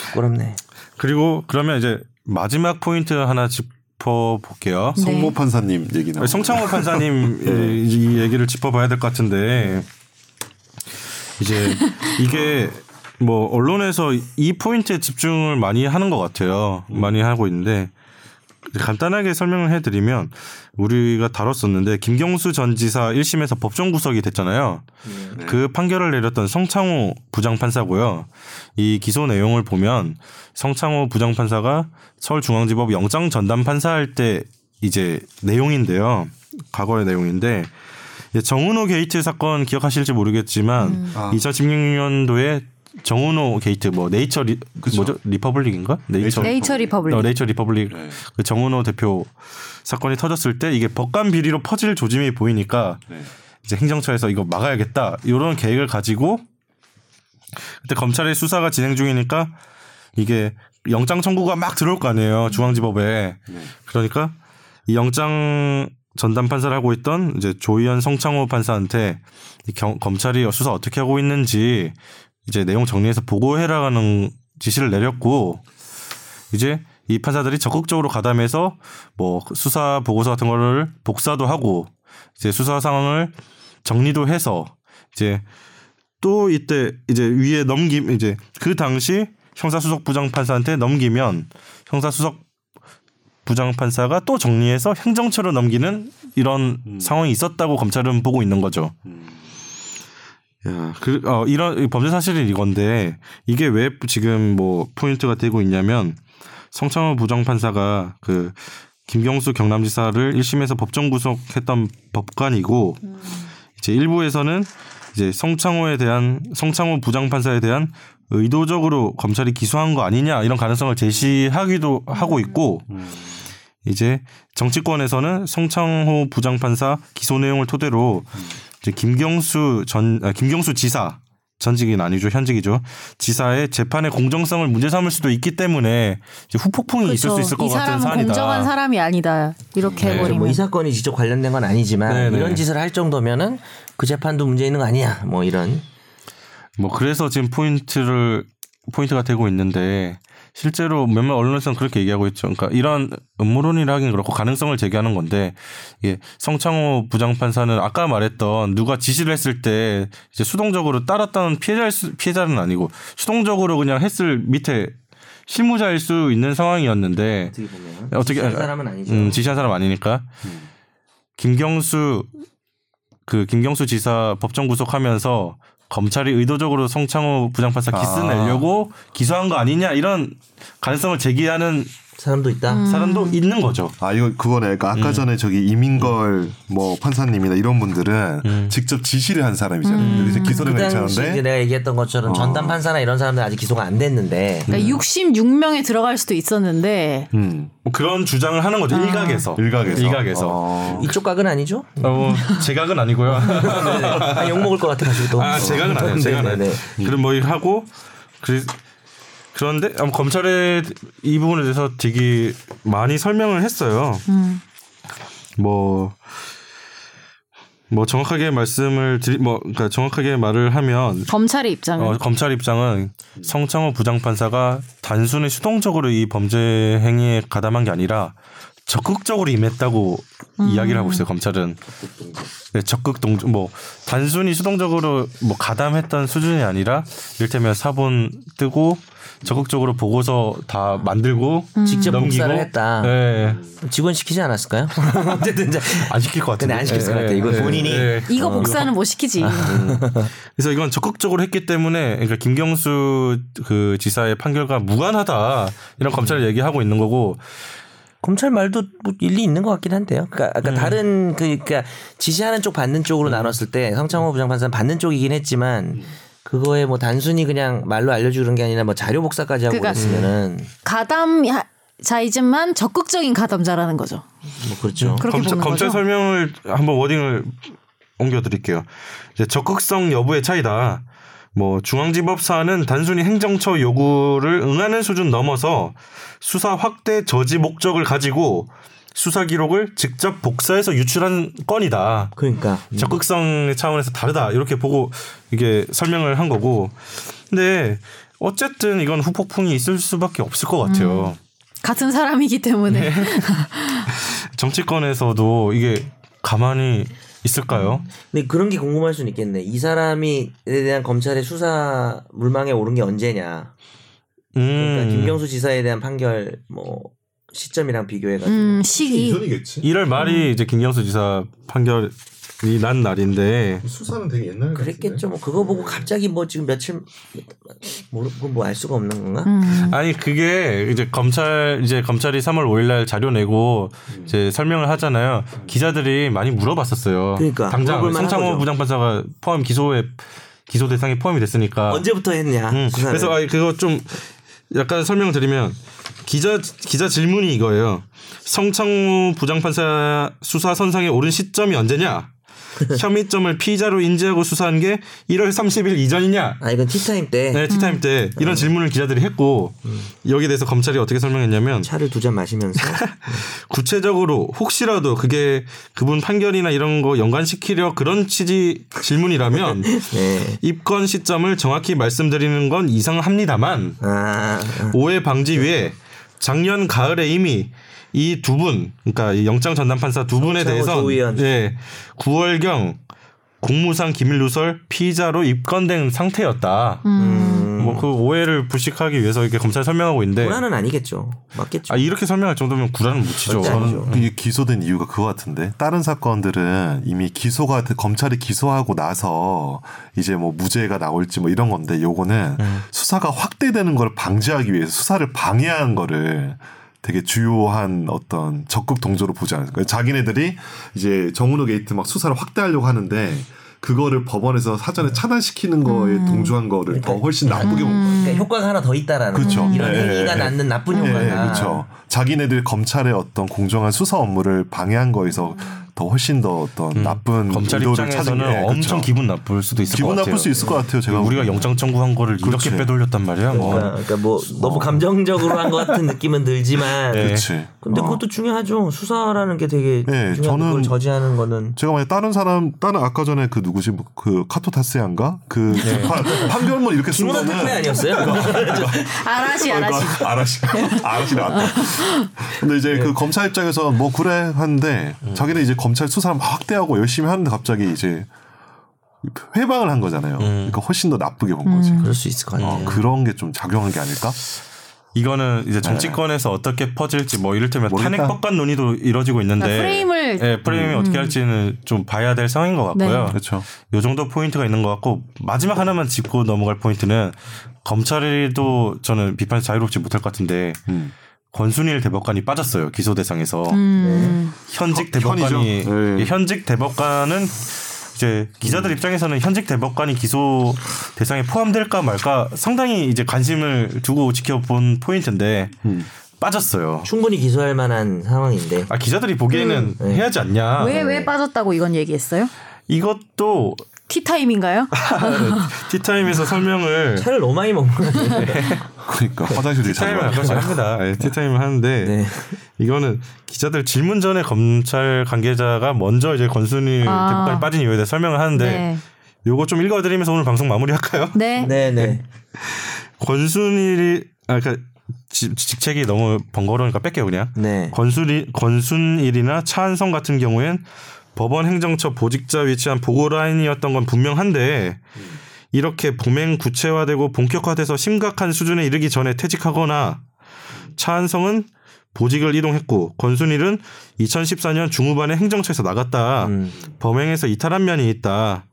C: 부끄럽네.
A: 그리고 그러면 이제 마지막 포인트 하나 짚어 볼게요.
B: 네.
D: 성모 판사님
A: 네,
D: 얘기 나
A: 성창호 판사님 이- 이 얘기를 짚어봐야 될 것 같은데 이제 이게 뭐 언론에서 이 포인트에 집중을 많이 하는 것 같아요. 많이 하고 있는데 간단하게 설명을 해드리면 우리가 다뤘었는데 김경수 전 지사 1심에서 법정 구속이 됐잖아요. 그 판결을 내렸던 성창호 부장판사고요. 이 기소 내용을 보면 성창호 부장판사가 서울중앙지법 영장 전담 판사할 때 이제 내용인데요. 과거의 내용인데 이제 정은호 게이트 사건 기억하실지 모르겠지만 2016년도에 정은호 게이트 뭐 네이처 리,
D: 그쵸.
A: 뭐죠 리퍼블릭인가 네이처
B: 네이처 리퍼블릭.
A: 어, 네이처 리퍼블릭 그 정은호 대표 사건이 터졌을 때 이게 법관 비리로 퍼질 조짐이 보이니까
D: 네.
A: 이제 행정처에서 이거 막아야겠다 이런 계획을 가지고 그때 검찰의 수사가 진행 중이니까 이게 영장 청구가 막 들어올 거 아니에요 중앙지법에 그러니까 이 영장 전담 판사를 하고 있던 이제 조희연 성창호 판사한테 이 경- 검찰이 수사 어떻게 하고 있는지 이제 내용 정리해서 보고해라라는 지시를 내렸고 이제 이 판사들이 적극적으로 가담해서 뭐 수사 보고서 같은 거를 복사도 하고 이제 수사 상황을 정리도 해서 이제 또 이때 이제 위에 넘기 이제 그 당시 형사수석 부장 판사한테 넘기면 형사수석 부장 판사가 또 정리해서 행정처로 넘기는 이런 상황이 있었다고 검찰은 보고 있는 거죠. 음. 야, 그, 어, 이런 이 범죄 사실은 이건데 이게 왜 지금 뭐 포인트가 되고 있냐면 성창호 부장판사가 그 김경수 경남지사를 1심에서 법정 구속했던 법관이고 이제 일부에서는 이제 성창호에 대한 성창호 부장판사에 대한 의도적으로 검찰이 기소한 거 아니냐 이런 가능성을 제시하기도 하고 있고 이제 정치권에서는 성창호 부장판사 기소 내용을 토대로 이제 김경수 전 아, 김경수 지사 전직인 아니죠 현직이죠 지사의 재판의 공정성을 문제 삼을 수도 있기 때문에 이제 후폭풍이 있을 수 있을 것
B: 그 그렇죠. 이
A: 같은
B: 사람은
A: 사안이다. 네.
B: 공정한 사람이 아니다. 이렇게 해버리면.
C: 뭐 이 사건이 직접 관련된 건 아니지만
A: 네네.
C: 이런 짓을 할 정도면은 그 재판도 문제 있는 거 아니야. 뭐 이런
A: 뭐 그래서 지금 포인트를 포인트가 되고 있는데 실제로 몇몇 언론에서는 그렇게 얘기하고 있죠. 그러니까 이런 음모론이라 하긴 그렇고 가능성을 제기하는 건데 이게 성창호 부장판사는 아까 말했던 누가 지시를 했을 때 이제 수동적으로 따랐다는 피해자일 수, 피해자는 아니고 수동적으로 그냥 했을 밑에 실무자일 수 있는 상황이었는데
C: 어떻게 보면
A: 네, 어떻게
C: 한 사람은 아니죠.
A: 음, 지시한 사람 아니니까 김경수 그 김경수 지사 법정 구속하면서 검찰이 의도적으로 성창호 부장판사 기스
D: 아.
A: 내려고 기소한 거 아니냐 이런 가능성을 제기하는
C: 사람도 있다.
A: 사람도 있는 거죠.
D: 아 이거 그거네. 그러니까
A: 음.
D: 아까 전에 저기 이민걸 뭐 판사님이나 이런 분들은
A: 음.
D: 직접 지시를 한 사람이잖아요. 근데 이제 기소를
C: 그 당시 이제
D: 괜찮은데
A: 네.
C: 내가 얘기했던
A: 어.
C: 것처럼 전담 판사나 이런 사람들 아직 기소가 안 됐는데
A: 음.
B: 그러니까 66명에 들어갈 수도 있었는데
D: 음.
A: 뭐 그런 주장을 하는 거죠. 일각에서.
D: 일각에서.
A: 일각에서.
D: 어.
C: 이쪽 각은 아니죠?
A: 어, 뭐 제각은 아니고요.
C: 아, 욕 먹을 것 같아 가지고 또.
A: 아, 제각은 아니에요. 제각은 아니에요.
C: 네네네.
A: 그럼 뭐 이거 하고 그 그런데 아마 검찰의 이 부분에 대해서 되게 많이 설명을 했어요.
C: 음.
A: 뭐. 뭐 정확하게 말씀을 드리 뭐 그러니까 정확하게 말을 하면
B: 검찰의 입장은
A: 어, 검찰 입장은 성창호 부장판사가 단순히 수동적으로 이 범죄 행위에 가담한 게 아니라 적극적으로 임했다고
B: 음.
A: 이야기를 하고 있어요. 검찰은 네, 적극 동조 뭐 단순히 수동적으로 뭐 가담했던 수준이 아니라 이를테면 사본 뜨고 적극적으로 보고서 다 만들고
B: 음.
C: 직접
A: 넘기고
C: 복사를 했다.
A: 네.
C: 직원 시키지 않았을까요? 어쨌든 이제
A: 안 시킬 것 같은데. 네,
C: 근데 안 시켰을 것 같아. 이거 본인이
A: 어.
B: 이거 복사는 못 시키지.
A: 아, 음. 그래서 이건 적극적으로 했기 때문에 그러니까 김경수 그 지사의 판결과 무관하다 이런 검찰을 얘기하고 있는 거고
C: 검찰 말도 뭐 일리 있는 것 같긴 한데요. 그러니까 아까 다른 그 그러니까 지시하는 쪽 받는 쪽으로 나눴을 때 성창호 부장판사는 받는 쪽이긴 했지만 그거에 뭐 단순히 그냥 말로 알려주는 게 아니라 뭐 자료 복사까지 하고
B: 그러니까-
C: 그랬으면은
B: 가담자이지만 적극적인 가담자라는 거죠.
C: 뭐 그렇죠.
B: 그렇게
A: 검찰,
B: 보는
A: 검찰
B: 거죠.
A: 설명을 한번 워딩을 옮겨드릴게요. 이제 적극성 여부의 차이다. 뭐 중앙지법 사안은 단순히 행정처 요구를 응하는 수준 넘어서 수사 확대 저지 목적을 가지고 수사 기록을 직접 복사해서 유출한 건이다.
C: 그러니까
A: 음. 적극성 차원에서 다르다 이렇게 보고 이게 설명을 한 거고 근데 어쨌든 이건 후폭풍이 있을 수밖에 없을 것 같아요
C: 음.
B: 같은 사람이기 때문에
A: 네. 정치권에서도 이게 가만히 있을까요
C: 근데 그런 게 궁금할 수는 있겠네. 이 사람이에 대한 검찰의 수사 물망에 오른 게 언제냐. 그러니까
A: 음
C: 김경수 지사에 대한 판결 뭐 시점이랑 비교해가지고
B: 음, 시기
E: 이전이겠지.
A: 1월
C: 음.
A: 말이 이제 김경수 지사 판결이 난 날인데
E: 수사는 되게 옛날 같은데.
C: 그랬겠죠. 뭐 그거 보고 갑자기 뭐 지금 며칠 모르고 뭐 알 수가 없는 건가?
A: 아니 그게 이제 검찰 이제 검찰이 3월 5일날 자료 내고 이제 설명을 하잖아요. 기자들이 많이 물어봤었어요.
C: 그러니까,
A: 당장
C: 물어볼 만한
A: 성창호
C: 거죠.
A: 부장판사가 포함 기소에 기소 대상에 포함이 됐으니까.
C: 언제부터 했냐?
A: 아. 음,
C: 수사를.
A: 그래서 아 그거 좀 약간 설명 드리면 기자 기자 질문이 이거예요. 성창호 부장판사 수사 선상에 오른 시점이 언제냐? 혐의점을 피의자로 인지하고 수사한 게 1월 30일 이전이냐?
C: 아 이건 티타임 때
A: 네, 티타임 때 이런
C: 음.
A: 질문을 기자들이 했고 여기에 대해서 검찰이 어떻게 설명했냐면
C: 차를 두 잔 마시면서
A: 구체적으로 혹시라도 그게 그분 판결이나 이런 거 연관시키려 그런 취지 질문이라면
C: 네.
A: 입건 시점을 정확히 말씀드리는 건 이상합니다만
C: 아
A: 오해 방지 위해 작년 가을에 이미 이 두 분, 그러니까 이 영장 전담 판사 두 분에
C: 성창호
A: 대해서
C: 조 의원.
A: 예, 9월경 국무상 기밀 누설 피의자로 입건된 상태였다.
B: 음.
D: 음.
A: 뭐 그 오해를 불식하기 위해서 이렇게 검찰 설명하고 있는데
C: 불안은 아니겠죠.
A: 네.
C: 맞겠죠.
A: 아 이렇게 설명할 정도면 구라는 묻히죠.
D: 저는 이게 기소된 이유가 그거 같은데 다른 사건들은 이미 기소가 검찰이 기소하고 나서 이제 뭐 무죄가 나올지 뭐 이런 건데 요거는 수사가 확대되는 걸 방지하기 위해서 수사를 방해하는 거를 되게 주요한 어떤 적극 동조로 보지 않을까 자기네들이 이제 정은호 게이트 막 수사를 확대하려고 하는데 그거를 법원에서
C: 네.
D: 사전에 차단시키는 거에
C: 음.
D: 동조한 거를 더 훨씬 나쁘게 본 거예요.
C: 그러니까 효과가 하나 더 있다라는
D: 그쵸.
C: 거죠. 이런
D: 예,
C: 행위가
D: 예, 예.
C: 낳는 나쁜
D: 예,
C: 효과가
D: 예,
A: 아.
D: 그렇죠. 자기네들 검찰의 어떤 공정한 수사 업무를 방해한 거에서 더 훨씬 더 어떤 나쁜
A: 음. 검찰
D: 의도를 찾은
A: 입장에서는
D: 게
A: 엄청 기분 나쁠 수도 있을
D: 기분
A: 것 같아요.
D: 나쁠 수 있을 것 같아요. 제가
A: 우리가 영장 청구한 거를
D: 그렇지.
A: 이렇게 빼돌렸단 말이야. 뭐.
C: 그러니까, 그러니까 뭐 너무 감정적으로 한 것 같은 느낌은 들지만 그렇죠.
D: 그렇지.
C: 근데
D: 어.
C: 그것도 중요하죠. 수사라는 게 되게
D: 네,
C: 중요한
D: 저는-
C: 걸 저지하는 거는
D: 제가 만약 다른 사람 다른 아까 전에 그 누구지 뭐그 카토타스ян가 그
A: 네.
D: 판- 판결문 이렇게 쓴
C: 김호남
D: 거는
C: 특례 아니었어요?
B: 알아시
A: 어,
B: 알아시.
D: 알아시 알아시 나왔다. 근데
A: 네.
D: 이제 그 검찰 입장에서 뭐 그래 하는데
A: 음.
D: 자기는 이제 검찰 수사를 막 확대하고 열심히 하는데 갑자기 이제 회방을 한
A: 음.
D: 거잖아요. 그러니까 훨씬 더 나쁘게 본 거지.
C: 그럴 수 있을 것
D: 어,
C: 같아요.
D: 그런 게 좀 작용한 게 아닐까?
A: 이거는 이제 정치권에서 어떻게 퍼질지 뭐 이를테면
D: 네. 모르겠다.
A: 탄핵법관 논의도 이루어지고 있는데
B: 그러니까 프레임을- 음. 네.
A: 예, 프레임이 어떻게 할지는 좀 봐야 될 상황인 것 같고요.
D: 그렇죠.
A: 요 정도 포인트가 있는 것 같고 마지막 하나만 짚고
D: 음.
A: 넘어갈 포인트는 검찰도 저는 비판 자유롭지 못할 것 같은데 권순일 대법관이 빠졌어요 기소 대상에서
B: 음.
A: 현직
D: 현- 현이죠.
A: 대법관이
D: 네.
A: 예, 현직 대법관은 이제 기자들 입장에서는 현직 대법관이 기소 대상에 포함될까 말까 상당히 이제 관심을 두고 지켜본 포인트인데 빠졌어요.
C: 충분히 기소할 만한 상황인데
A: 아 기자들이 보기에는 해야지 않냐.
B: 왜, 왜 빠졌다고 이건 얘기했어요?
A: 이것도
B: 티타임인가요?
A: 티타임에서 설명을
C: 차를 너무 많이 먹는 거 같아요.
D: 그러니까 화장실이
A: 티타임을
D: 잘
A: 가끔씩 합니다. 예, 티타임을 하는데
C: 네.
A: 이거는 기자들 질문 전에 검찰 관계자가 먼저 이제 권순일
B: 아.
A: 대법관이 빠진 이유에 대해 설명을 하는데
B: 네.
A: 요거 좀 읽어드리면서 오늘 방송 마무리할까요?
B: 네.
C: 네, 네.
A: 권순일이 아 그러니까 지- 직책이 너무 번거로우니까 뺄게요 그냥.
C: 네.
A: 권순이 권순일이나 차한성 같은 경우엔 법원 행정처 보직자 위치한 보고 라인이었던 건 분명한데
C: 음.
A: 이렇게 범행 구체화되고 본격화돼서 심각한 수준에 이르기 전에 퇴직하거나 차한성은 보직을 이동했고 권순일은 2014년 중후반에 행정처에서 나갔다.
C: 음.
A: 범행에서 이탈한 면이 있다.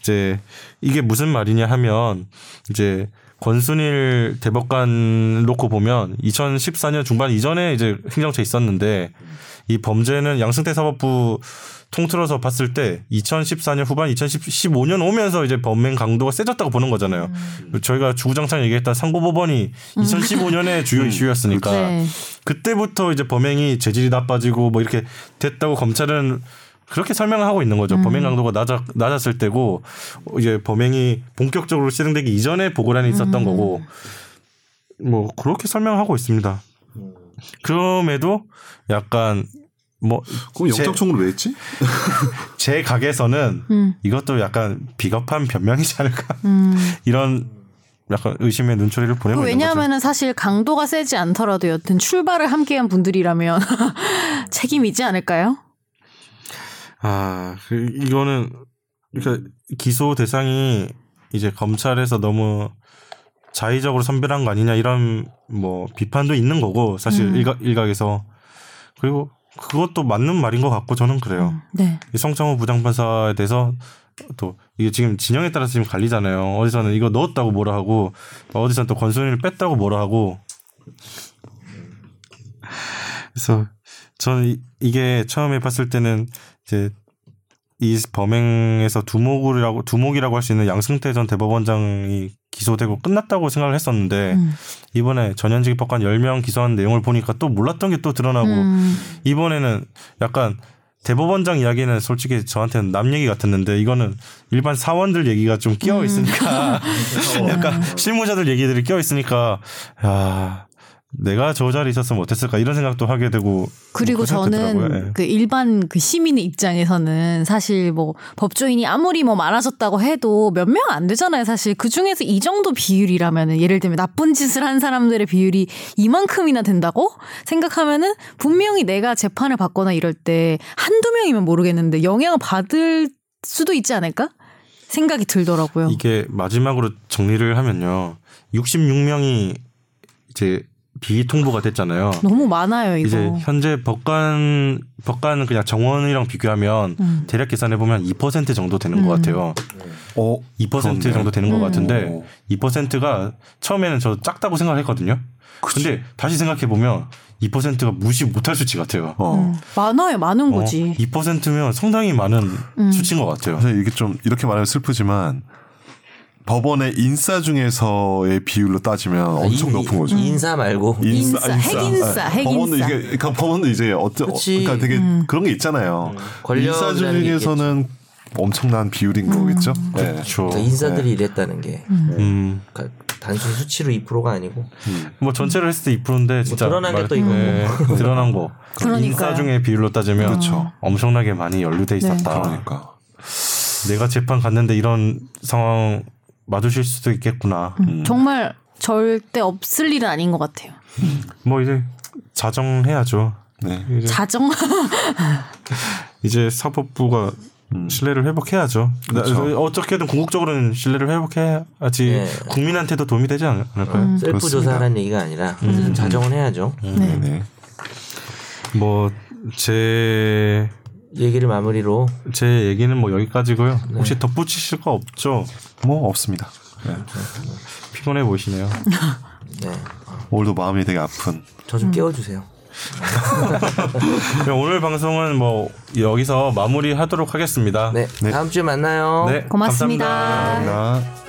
A: 이제 이게 무슨 말이냐 하면 이제 권순일 대법관 놓고 보면 2014년 중반 이전에 이제 행정처에 있었는데 이 범죄는 양승태 사법부 통틀어서 봤을 때 2014년 후반 2015년 오면서 이제 범행 강도가 세졌다고 보는 거잖아요. 저희가 주구장창 얘기했던 상고법원이 2015년에 주요 이슈였으니까
B: 네.
A: 그때부터 이제 범행이 재질이 나빠지고 뭐 이렇게 됐다고 검찰은 그렇게 설명을 하고 있는
B: 음.
A: 거죠. 범행 강도가 낮아, 낮았을 때고 어, 이제 범행이 본격적으로 실행되기 이전에 보고란이 있었던
B: 음.
A: 거고 뭐 그렇게 설명하고 있습니다. 그럼에도 약간 뭐
D: 그럼
A: 제-
D: 영장 청구를 왜 했지?
A: 제 각에서는
B: 음.
A: 이것도 약간 비겁한 변명이지 않을까
B: 음.
A: 이런 약간 의심의 눈초리를 보내고
B: 그
A: 있는 거죠.
B: 왜냐하면은 사실 강도가 세지 않더라도 여튼 출발을 함께한 분들이라면 책임이지 않을까요?
A: 아 그- 이거는 그러니까 기소 대상이 이제 검찰에서 너무 자의적으로 선별한 거 아니냐 이런 뭐 비판도 있는 거고 사실
B: 음.
A: 일각 일각에서 그리고 그것도 맞는 말인 것 같고 저는 그래요.
B: 네.
A: 이 성창호 부장판사에 대해서 또 이게 지금 진영에 따라서 지금 갈리잖아요. 어디서는 이거 넣었다고 뭐라 하고 어디서는 또 권순이를 뺐다고 뭐라 하고. 그래서 저는 이- 이게 처음에 봤을 때는 이제 이 범행에서 두목이라고 두목이라고 할 수 있는 양승태 전 대법원장이 기소되고 끝났다고 생각을 했었는데
B: 음.
A: 이번에 전현직 법관 10명 기소한 내용을 보니까 또 몰랐던 게 또 드러나고
B: 음.
A: 이번에는 약간 대법원장 이야기는 솔직히 저한테는 남 얘기 같았는데 이거는 일반 사원들 얘기가 좀
B: 음.
A: 끼어 있으니까 약간 실무자들 얘기들이 끼어 있으니까 야 내가 저 자리에 있었으면 어땠을까 이런 생각도 하게 되고
B: 그리고
A: 뭐 그렇게
B: 저는
A: 되더라고요.
B: 그 일반 그 시민의 입장에서는 사실 뭐 법조인이 아무리 뭐 많아졌다고 해도 몇 명 안 되잖아요. 사실 그 중에서 이 정도 비율이라면은 예를 들면 나쁜 짓을 한 사람들의 비율이 이만큼이나 된다고 생각하면은 분명히 내가 재판을 받거나 이럴 때 한두 명이면 모르겠는데 영향을 받을 수도 있지 않을까 생각이 들더라고요.
A: 예. 이게 마지막으로 정리를 하면요 66명이 이제 비위 통보가 됐잖아요.
B: 너무 많아요 네, 이거.
A: 이제 현재 법관 법관 그냥 정원이랑 비교하면
B: 음.
A: 대략 계산해 보면 2% 정도 되는 것
B: 음.
A: 같아요.
D: 어,
A: 2%
D: 그렇네.
A: 정도 되는 것
B: 음.
A: 같은데 2%가 처음에는 저 작다고 생각을 했거든요. 근데 다시 생각해 보면 2%가 무시 못할 수치 같아요.
D: 어.
B: 음, 많아요 많은
A: 어,
B: 거지.
A: 2%면 상당히 많은
B: 음.
A: 수치인 것 같아요.
D: 사실 이게 좀 이렇게 말하면 슬프지만 법원의 인사 중에서의 비율로 따지면 아, 엄청
C: 인-
D: 높은 거죠.
C: 인사 말고
B: 인싸, 핵인싸, 핵인싸.
D: 아,
B: 음.
D: 법원도 이게 그러니까 법원도 이제 어떤
C: 그치.
D: 그러니까 되게 그런 게 있잖아요. 인사
C: 권력이라는 게
D: 중에서는 엄청난 비율인
B: 음.
D: 거겠죠. 네.
A: 그렇죠.
C: 그러니까 인사들이 이랬다는 게
A: 음.
C: 그러니까 단순 수치로 2%가 아니고
A: 뭐 전체를 했을 때 2%인데 진짜 네,
C: 드러난 게또 이거고.
A: 드러난 거.
B: 그러니까요. 네.
A: 인사 중에 비율로 따지면
D: 그렇죠.
A: 엄청나게 많이 연루돼 있었다.
D: 그러니까
A: 내가 재판 갔는데 이런 상황 마주실 수도 있겠구나.
B: 음. 정말 절대 없을 일은 아닌 것 같아요.
A: 뭐 이제 자정해야죠.
D: 네.
A: 이제
B: 자정
A: 이제 사법부가 신뢰를 회복해야죠.
D: 음. 그렇죠. 예.
A: 어떻게든 궁극적으로는 신뢰를 회복해야지
C: 네.
A: 국민한테도 도움이 되지 않- 않을까요?
B: 음.
C: 셀프
D: 그렇습니다. 음.
C: 조사라는 얘기가 아니라 어쨌든 자정을 해야죠.
D: 네. 네.
A: 뭐 제
C: 얘기를 마무리로
A: 제 얘기는 뭐 여기까지고요.
D: 네.
A: 혹시 덧붙이실 거 없죠?
D: 뭐 없습니다. 네.
A: 피곤해 보이시네요.
C: 네. 어,
D: 오늘도 마음이 되게 아픈.
C: 저 좀 깨워주세요.
A: 그럼 오늘 방송은 뭐 여기서 마무리하도록 하겠습니다.
C: 네,
D: 네.
C: 다음 주에 만나요.
A: 네,
B: 어, 고맙습니다.
A: 감사합니다.
D: 감사합니다.